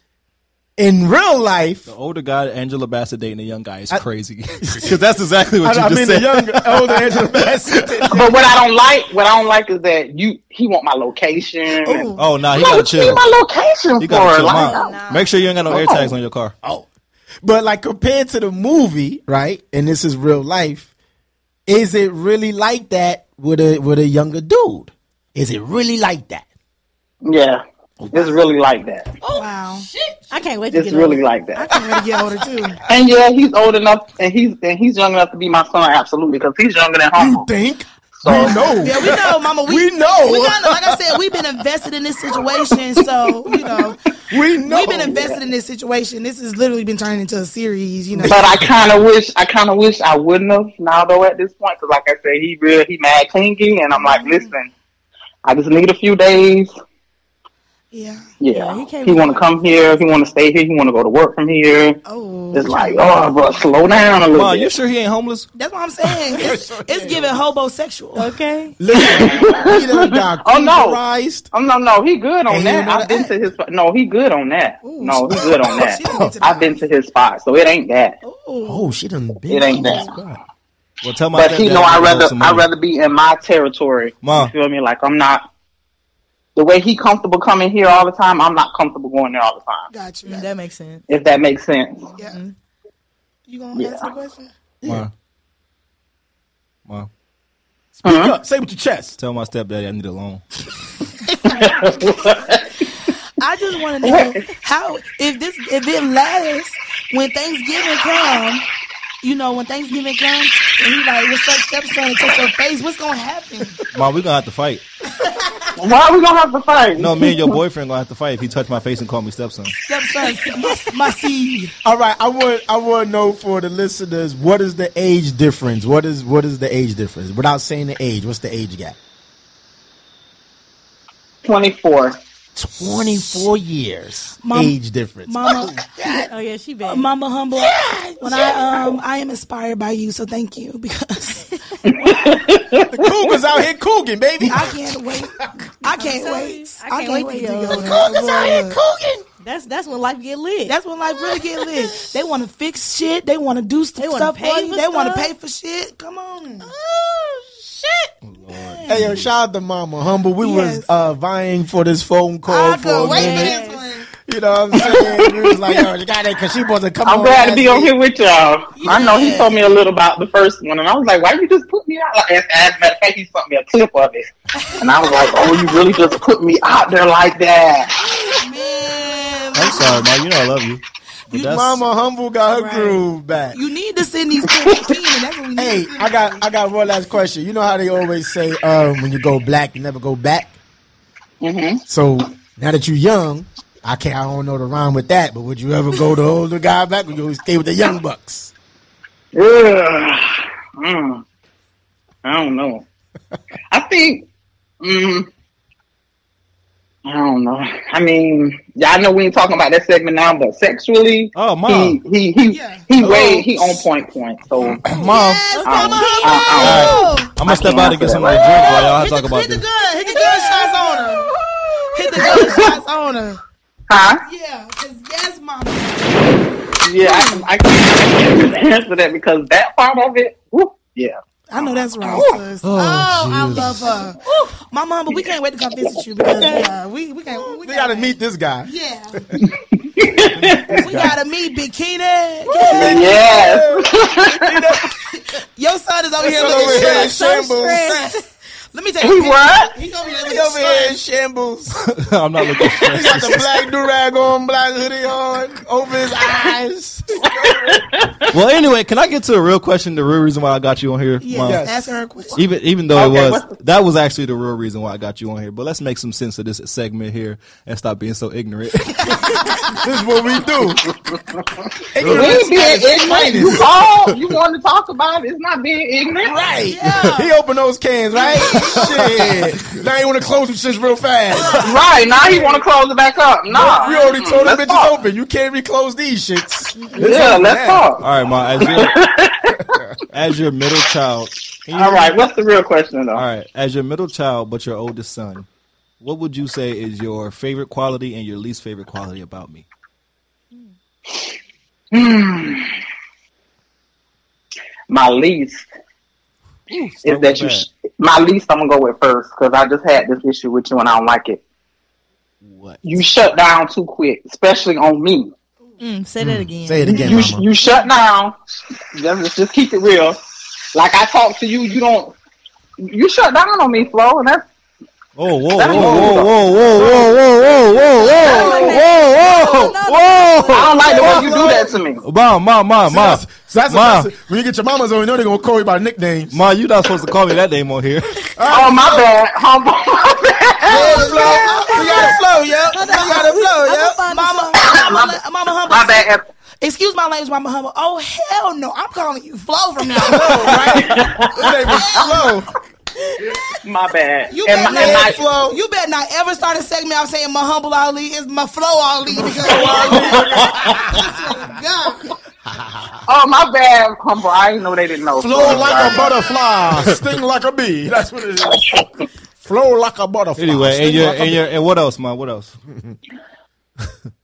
A: in real life,
D: The older guy, Angela Bassett, dating a young guy is crazy because that's exactly what
A: I,
D: you
A: I
D: just
A: mean,
D: said.
A: the young, older Angela Bassett.
G: But what I don't like, what I don't like is that you he want my location. and-
D: oh nah, he
G: Like,
D: gotta
G: what you need
D: chill.
G: my
D: You
G: location for?
D: gotta chill
G: Like,
D: out.
G: I'm-
D: Make sure you ain't got no air tags on your car.
A: Oh. But like compared to the movie, right? And this is real life. Is it really like that with a with a younger dude? Is it really like that?
G: yeah, it's really like that.
B: Oh,
C: Wow.
B: I can't wait to
G: It's
B: get
G: really
B: older.
G: like that.
C: I'm ready to get older too.
G: And yeah, he's old enough, and he's and he's young enough to be my son, absolutely, because he's younger than Humble.
A: Think?
G: So
C: Yeah, we know, Mama. We,
A: Oh, We know.
C: We gotta, like I said, we've been invested in this situation, so you know
A: We know.
C: we've been invested in this situation. This has literally been turning into a series. You know,
G: But I kind of wish, I kind of wish I wouldn't have now though at this point, because like I said, he real, he mad clingy, and I'm like,
A: Mm-hmm.
G: listen, I just need a few days.
C: yeah.
G: Yeah,
B: he came
G: he want to come here, he want to stay here, he want to go to work from here.
C: Oh,
G: It's like, oh, bro, slow down a little
D: Ma, you
G: bit.
D: sure he ain't homeless?
C: that's what I'm saying. It's, it's giving hobosexual.
B: Okay.
A: Listen, he done got
G: Oh, no.
A: computerized.
G: Oh no, no, he good on
A: And he
G: that.
A: know
G: I've been
A: that.
G: to his. spot. No, he good on that. No, he good on
C: She didn't get to
G: that.
C: the
G: I've been to his spot, so it ain't that.
A: Oh, she done been.
G: It ain't
A: to
G: that.
A: this spot.
D: Well, tell my
G: But he
D: stepdad
G: know
D: to
G: I
D: give
G: rather
D: us some
G: I
D: money.
G: rather be in my territory.
D: Ma.
G: You feel me? Like I'm not the way he comfortable coming here all the time. I'm not comfortable going there all the time.
C: Got you.
B: That makes sense.
G: If that makes sense.
C: Yeah. You gonna answer the question?
D: Ma. Ma,
A: Speak up. Say it with your chest.
D: tell my stepdaddy I need a loan.
C: I just want to know how if this if it lasts when Thanksgiving come. You know when Thanksgiving comes and he like, "What's up, stepson?" and touch your face. What's gonna happen?
D: Ma, we gonna have to fight.
G: Why are we gonna have to fight?
D: No, me and your boyfriend gonna have to fight if he touch my face and call me stepson.
C: Stepson, my, my seed.
A: All right, I want I want to know for the listeners what is the age difference? What is what is the age difference? Without saying the age, what's the age gap?
G: twenty four.
A: Twenty four years
C: Mom-
A: age difference.
C: Mama,
B: Oh yeah, she bad.
C: Mama humble. when I um I am inspired by you, so thank you because
A: Cougars out here cougar, baby.
C: I can't wait. I can't wait. I can't wait to get
B: older.
C: older. Boy, look,
B: That's that's when life get lit.
C: That's when life really get lit. They want to fix shit. They want to do st-
B: wanna
C: stuff
B: pay
C: for you.
B: for
C: They want to
B: stuff.
C: pay for shit. Come on.
A: Oh, Hey, yo, shout out to Mama Humble. We
C: Yes.
A: was uh, vying for this phone call
C: I
A: for a
C: could wait for
A: minute.
C: this one.
A: You know what I'm saying? we was like, yo, you got it, because she wasn't coming
G: I'm glad to be on
A: last
G: here with y'all. I know he told me a little about the first one, and I was like, "Why you just put me out?" Like, as, as a matter of fact, he sent me a clip of it, and I was like, "Oh, you really just put me out there like that?"
D: I'm sorry, Ma. You know I love you. But
A: week.
D: that's,
A: Mama Humble got her groove back.
C: You need to send these kids pee, and that's what we need.
A: hey,
C: to send
A: I got I got one last question. You know how they always say um, when you go black, you never go back?
G: hmm
A: So now that you're young, I can't I don't know the rhyme with that, but would you ever go the older guy back or you always stay with the young bucks?
G: Ugh. Mm. I don't know. I think. Mm, I don't know. I mean, yeah, I know we ain't talking about that segment now, but sexually,
D: Oh, Ma.
G: he he he
C: Yeah.
G: he way he on point point. So um,
D: Mom,
C: Yes,
G: I-
C: Mama
G: I-
C: Humble.
D: I'm gonna step out and get some of that drink while y'all talk about
C: hit the
D: this.
C: gun. Hit the gun shots on her. Hit the gun shots on her.
G: huh?
C: Yeah, 'cause yes, Mama.
G: Yeah, I, I can't answer that because that part of it, woo, yeah.
C: I know that's right, sis. Oh, I love her. My mom, but we can't wait to come visit you because yeah, we we can't. We
A: They gotta meet this guy.
C: Yeah. we gotta meet Bikini.
G: Yes.
C: Your son is over here
A: Son
C: looking
A: over here in
C: stressed.
A: shambles.
F: Let me take.
G: He what?
F: He gonna be
A: He over here in shambles.
D: I'm not looking.
A: He got the black durag on, black hoodie on, over his eyes.
D: well, anyway, can I get to a real question? The real reason why I got you on here, Mom?
C: Yes. Ask her a question.
D: Even even though
G: Okay,
D: it was
G: what's
D: that was actually the real reason why I got you on here. But let's make some sense of this segment here and stop being so ignorant.
A: This is what we do.
G: We being ignorant. You all you want to talk about is not being ignorant.
A: Right. He opened those cans, right? Shit. Now he want to close them shits real fast.
G: Right now he want to close it back up. Nah,
A: We already told them
G: Let's
A: bitches
G: talk.
A: open. You can't reclose these shits.
G: Yeah, let's talk.
D: All right, Ma, as your as your middle child. can you-
G: All right, what's the real question though?
D: All right, as your middle child, but your oldest son, what would you say is your favorite quality and your least favorite quality about me?
G: My least is
D: Start
G: that
D: with
G: you. Sh- my least, I'm gonna go with first because I just had this issue with you and I don't like it.
D: What?
G: You shut down too quick, especially on me.
B: Mm, say that again.
A: Say it again,
G: you
A: mama.
G: you shut down. Let's just keep it real. Like I talk to you, you don't. You shut down on me, Flo, and that's
D: Oh, whoa, whoa,
G: That's
D: whoa, whoa,
G: what-
D: whoa, whoa, whoa, whoa, whoa, whoa, whoa, whoa, whoa.
G: I don't like the way you do that to me.
D: Mom, mom, mom,
A: See,
D: mom,
A: that's- so that's,
D: Ma.
A: that's- when you get your mamas on, you know they're gonna call you by nicknames.
D: mom, you not supposed to call me that name on here.
G: Oh my bad, humble. My
A: Yeah,
G: bad.
A: flow. We gotta flow, yo. We gotta flow, yo.
C: Mama, mama, mama humble.
G: My bad.
C: Excuse my language, Mama Humble. Oh hell no! I'm calling you Flo from now on.
A: It ain't even flow.
G: My bad.
C: You
G: and
C: better
G: my, and
C: not,
G: my,
A: Flo.
C: you better not ever start a segment out saying my humble Ali is my Flo Ali because God.
G: oh my bad, humble. I didn't know they didn't know.
A: Flow like a butterfly, sting like a bee. That's what it is. Flow like a butterfly.
D: Anyway,
A: sting
D: and your
A: like a
D: and
A: bee.
D: your and what else, mom? What else?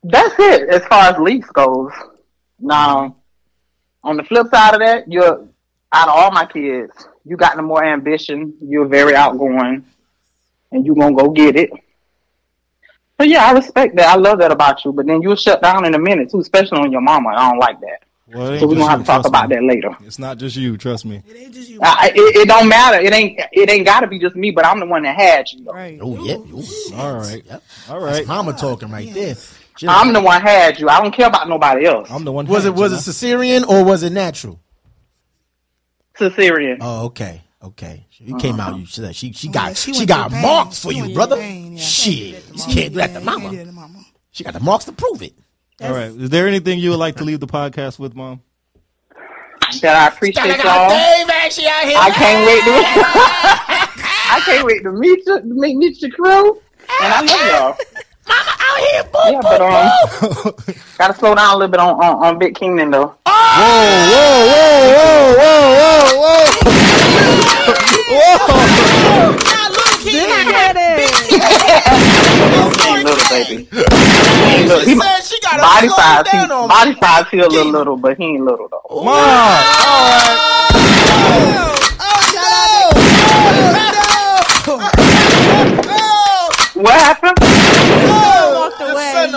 G: That's it as far as leaks goes. Now, on the flip side of that, you're out of all my kids, you got no more ambition. You're very outgoing, and you gonna go get it. So yeah, I respect that. I love that about you. But then you'll shut down in a minute too, especially on your mama. I don't like that.
D: Well, it
G: So
D: ain't
G: we're
D: just
G: gonna have
D: you,
G: to talk
D: trust
G: about
D: me.
G: that later.
D: It's not just you, trust me.
G: I, I- it, it don't matter. It ain't. It ain't got to be just me. But I'm the one that had you. though.
B: Right.
A: Oh yeah. Ooh,
D: All right,
A: Yep.
D: all
A: That's
D: right.
A: mama talking right there. She-
G: I'm the one had you. I don't care about nobody else.
D: I'm the one.
A: was it
D: having
A: was
D: you
A: it cesarean or was it natural?
G: Caesarean.
A: Oh, okay, okay. You came out. You she she, she got Uh-huh. she,
C: she went
A: got
C: through pain.
A: marks for
C: She
A: you,
C: went
A: brother.
C: through pain, yeah.
A: Shit, you can't do that to
C: Yeah, you can't do
A: mama.
C: that to mama.
A: She got the marks to prove it.
D: now. All right. Is there anything you would like to leave the podcast with, mom?
G: That I appreciate y'all.
A: actually out here.
G: I can't wait to I can't wait to meet you, meet, meet your crew, and I love y'all. Mama out here, boo, yeah, but, um, Gotta slow down a little bit on on, on Big Kingdom though. King little baby. He ain't little. He,
A: Man, she got
G: body
A: a
G: size, he,
A: down on me.
G: body size, he a little little, but he ain't little though.
D: Mom. All right.
C: Oh, Oh,
G: What happened?
B: Walked away.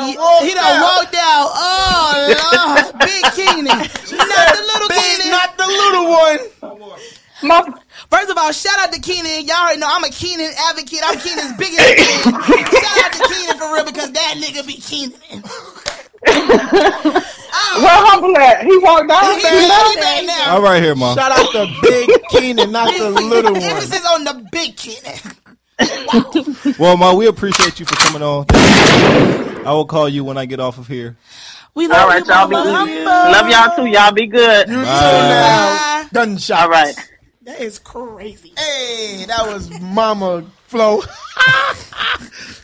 C: He done walked out. Oh Lord, big Keenan, not the little Keenan.
A: Not the little one.
G: My,
C: First of all, shout out to Keenan. Y'all already know I'm a Keenan advocate. I'm Keenan's biggest fan. Shout out to Keenan for real because that nigga be Keenan.
G: well, humble at? He walked down
C: He's
G: there.
C: really bad now.
D: All right here, mom.
A: Shout out to Big Keenan, not the little one.
C: Emphasis on the big Keenan.
D: Well, mom, we appreciate you for coming on. Thank you. I will call you when I get off of here.
C: We love
G: All right, y'all be good. Love y'all too. Y'all be good.
A: You too now. Gunshot.
G: All right.
C: That is crazy.
A: Hey, that was Mama Flo.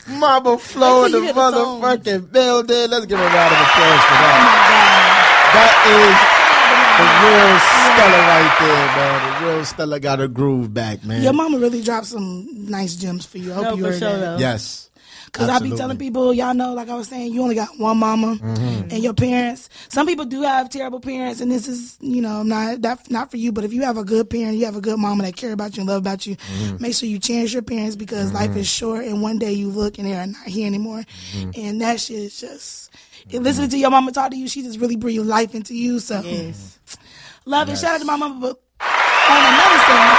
A: Mama Flo in the motherfucking building. Let's give her a round of applause for that.
C: Oh,
A: That is the real Stella right there, man. The real Stella got her groove back, man.
C: Your mama really dropped some nice gems for you. I hope
B: No,
C: you
B: for
C: heard
B: sure
C: that.
B: though.
A: yes.
C: Because I be
A: Absolutely.
C: telling people, y'all know, like I was saying, you only got one mama and your parents. Some people do have terrible parents, and this is, you know, not that not for you. But if you have a good parent, you have a good mama that care about you and love about you. Make sure you cherish your parents because life is short, and one day you look and they are not here anymore. And that shit is just. and Listening to your mama talk to you, she just really breathed life into you. So
B: Yes.
C: love it. Shout out to my mama. But on another side,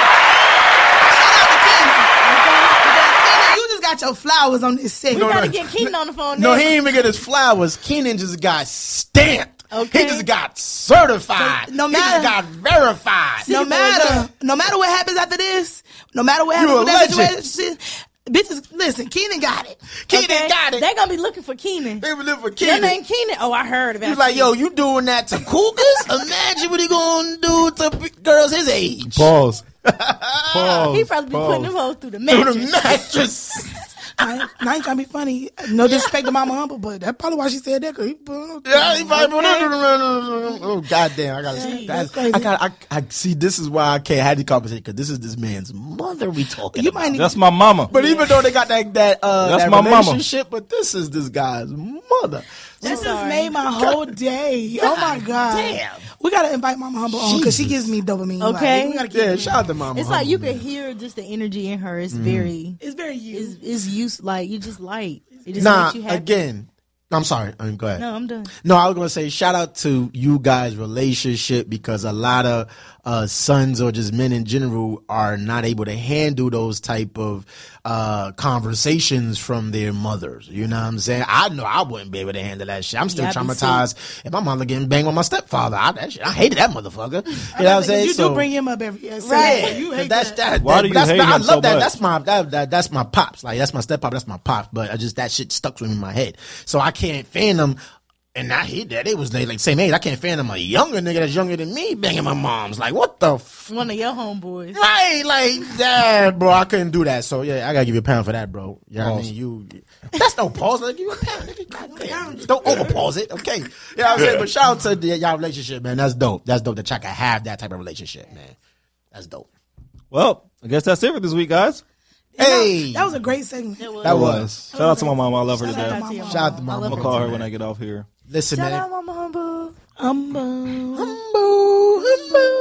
C: shout out to Kenny. your flowers on this set.
B: We gotta get Keenan on the phone.
A: No, he
B: next.
A: didn't even get his flowers. Keenan just got stamped.
B: Okay.
A: He just got certified.
C: No
A: he just
C: matter-
A: got verified.
C: no matter, no matter what happens after this, no matter what
A: You
C: happens
A: a
C: with that
A: legend.
C: situation, bitches, listen, Keenan got it.
A: Keenan got it.
B: They gonna be looking for Keenan.
A: They were living for
B: Your
A: Keenan.
B: name Keenan. Oh, I heard about.
A: He's like, yo, you doing that to cougars? Imagine what he gonna do to b- girls his age.
D: Pause.
B: Keenan.
D: Pause.
B: he probably be putting them hoes through the
A: On a
B: mattress.
A: mattress.
C: I ain't, I ain't trying to be funny. No disrespect to Mama Humble, but that's probably why she said that. Cause he,
A: Yeah, he probably Oh goddamn! I gotta see. That's,
C: that's crazy.
A: I got. I, I see. This is why I can't have the conversation because this is this man's mother we talking.
C: you
A: about.
C: might need.
D: That's my mama.
A: But even though they got that that uh
D: That's
A: that
D: my mama.
A: relationship, but this is this guy's mother.
C: This just made my whole day. Oh my god!
A: damn.
C: we gotta invite Mama Humble on because she gives me dopamine. Like,
B: Okay.
C: we gotta keep
A: Yeah, shout out to mama.
B: It's like
C: Oh,
B: you can hear just the energy in her.
A: Mm-hmm.
B: It's very.
C: It's very you.
B: It's, it's use like you just light. It just
A: nah
B: makes you happy.
A: again. I'm sorry. I'm go ahead.
B: No, I'm done.
A: No, I was gonna say shout out to you guys' relationship because a lot of uh, sons or just men in general are not able to handle those type of uh, conversations from their mothers. You know what I'm saying? I know I wouldn't be able to handle that shit. I'm still
B: Yeah, I be
A: traumatized. And my mother getting banged with my stepfather. I, that shit, I hated that motherfucker. You know what I'm saying?
C: You
A: So-
C: do bring him up every yeah, so
A: Right.
C: You hate
A: that's
C: that.
A: that.
D: Why
A: that-
D: do you
A: that's
D: hate
A: my- I
D: him
A: love
D: so
A: that.
D: much?
A: That's my that, that that's my pops. Like that's my step pop. That's my pop. But I just that shit stuck with me in my head. So I can't fan them. And I hate that it was they like same age. I can't fan them a younger nigga that's younger than me banging my mom's. Like what the f-
B: One of your homeboys.
A: right? Like that, bro. I couldn't do that. So yeah, I gotta give you a pound for that, bro. You
D: Oh.
A: know what I mean? You that's no pause. Like you a pound. nigga. Goddamn. Don't overpause it. Okay. You know what I'm saying? But shout out to the, y'all relationship, man. That's dope. That's dope that y'all can have that type of relationship, man. That's dope.
D: Well, I guess that's it for this week, guys.
A: Hey,
C: That was a great segment.
A: That was.
D: Shout out to my mama. I love her to
C: Shout out
D: death.
C: to Mama
D: I'm
C: Humble.
A: Shout out to my
D: gonna call her when I get off here.
A: Listen,
B: Shout
A: man.
B: out, Mama Humble.
C: Humble.
A: Humble, humble.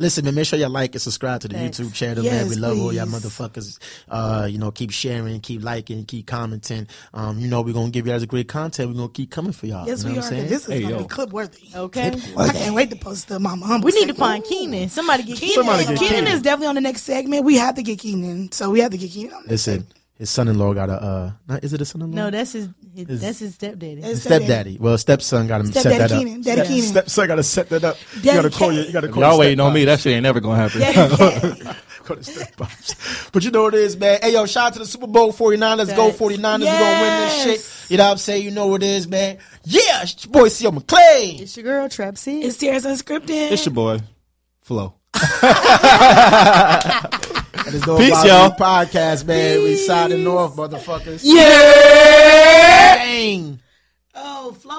A: Listen, man. Make sure y'all like and subscribe to the
B: Thanks.
A: YouTube channel, man.
C: Yes,
A: We love all y'all
C: please.
A: motherfuckers. Uh, you know, keep sharing, keep liking, keep commenting. Um, you know, we're gonna give you guys a great content. We're gonna keep coming for y'all.
C: Yes,
A: you know
C: we are.
A: what I'm
C: 'cause
A: saying?
C: This is
D: Hey,
C: gonna
D: yo.
C: be clip worthy.
B: Okay.
C: I can't wait to post the Mama Humble.
B: We need to
C: segment.
B: find Keenan. Somebody get Keenan.
A: Somebody get
C: Keenan
A: Keenan.
C: is definitely on the next segment. We have to get Keenan, so we have to get Keenan. on this.
A: Listen, his son-in-law got a. Uh, not, is it his son-in-law?
B: No, that's his. his that's his stepdaddy.
C: It's
A: Stepdaddy. Well, stepson got him set
C: Stepdaddy
A: that
C: Keenan.
A: up.
C: Daddy
A: Step-
C: Keenan.
A: Stepson got to set that up. You
C: Daddy
A: got to call
C: Kane.
A: your. You got to call.
D: Y'all
A: your
D: waiting on
A: stepfather.
D: me. That shit ain't never gonna happen.
A: Go to Step Pops. But you know what it is, man. Hey, yo, shout out to the Super Bowl 49. Let's go,
B: Thanks.
A: 49ers. we going to win this
C: Yes.
A: shit. You know what I'm saying? You know what it is, man. Yeah, it's your boy, C.O. McClain.
B: It's your girl, Trap C.
C: It's Tears Unscripted.
D: It's your boy, Flo.
A: And it's the
D: Peace,
A: Bobby
D: y'all.
A: Podcast, man. We signing off, motherfuckers.
C: yeah.
A: Dang.
C: Oh, Flo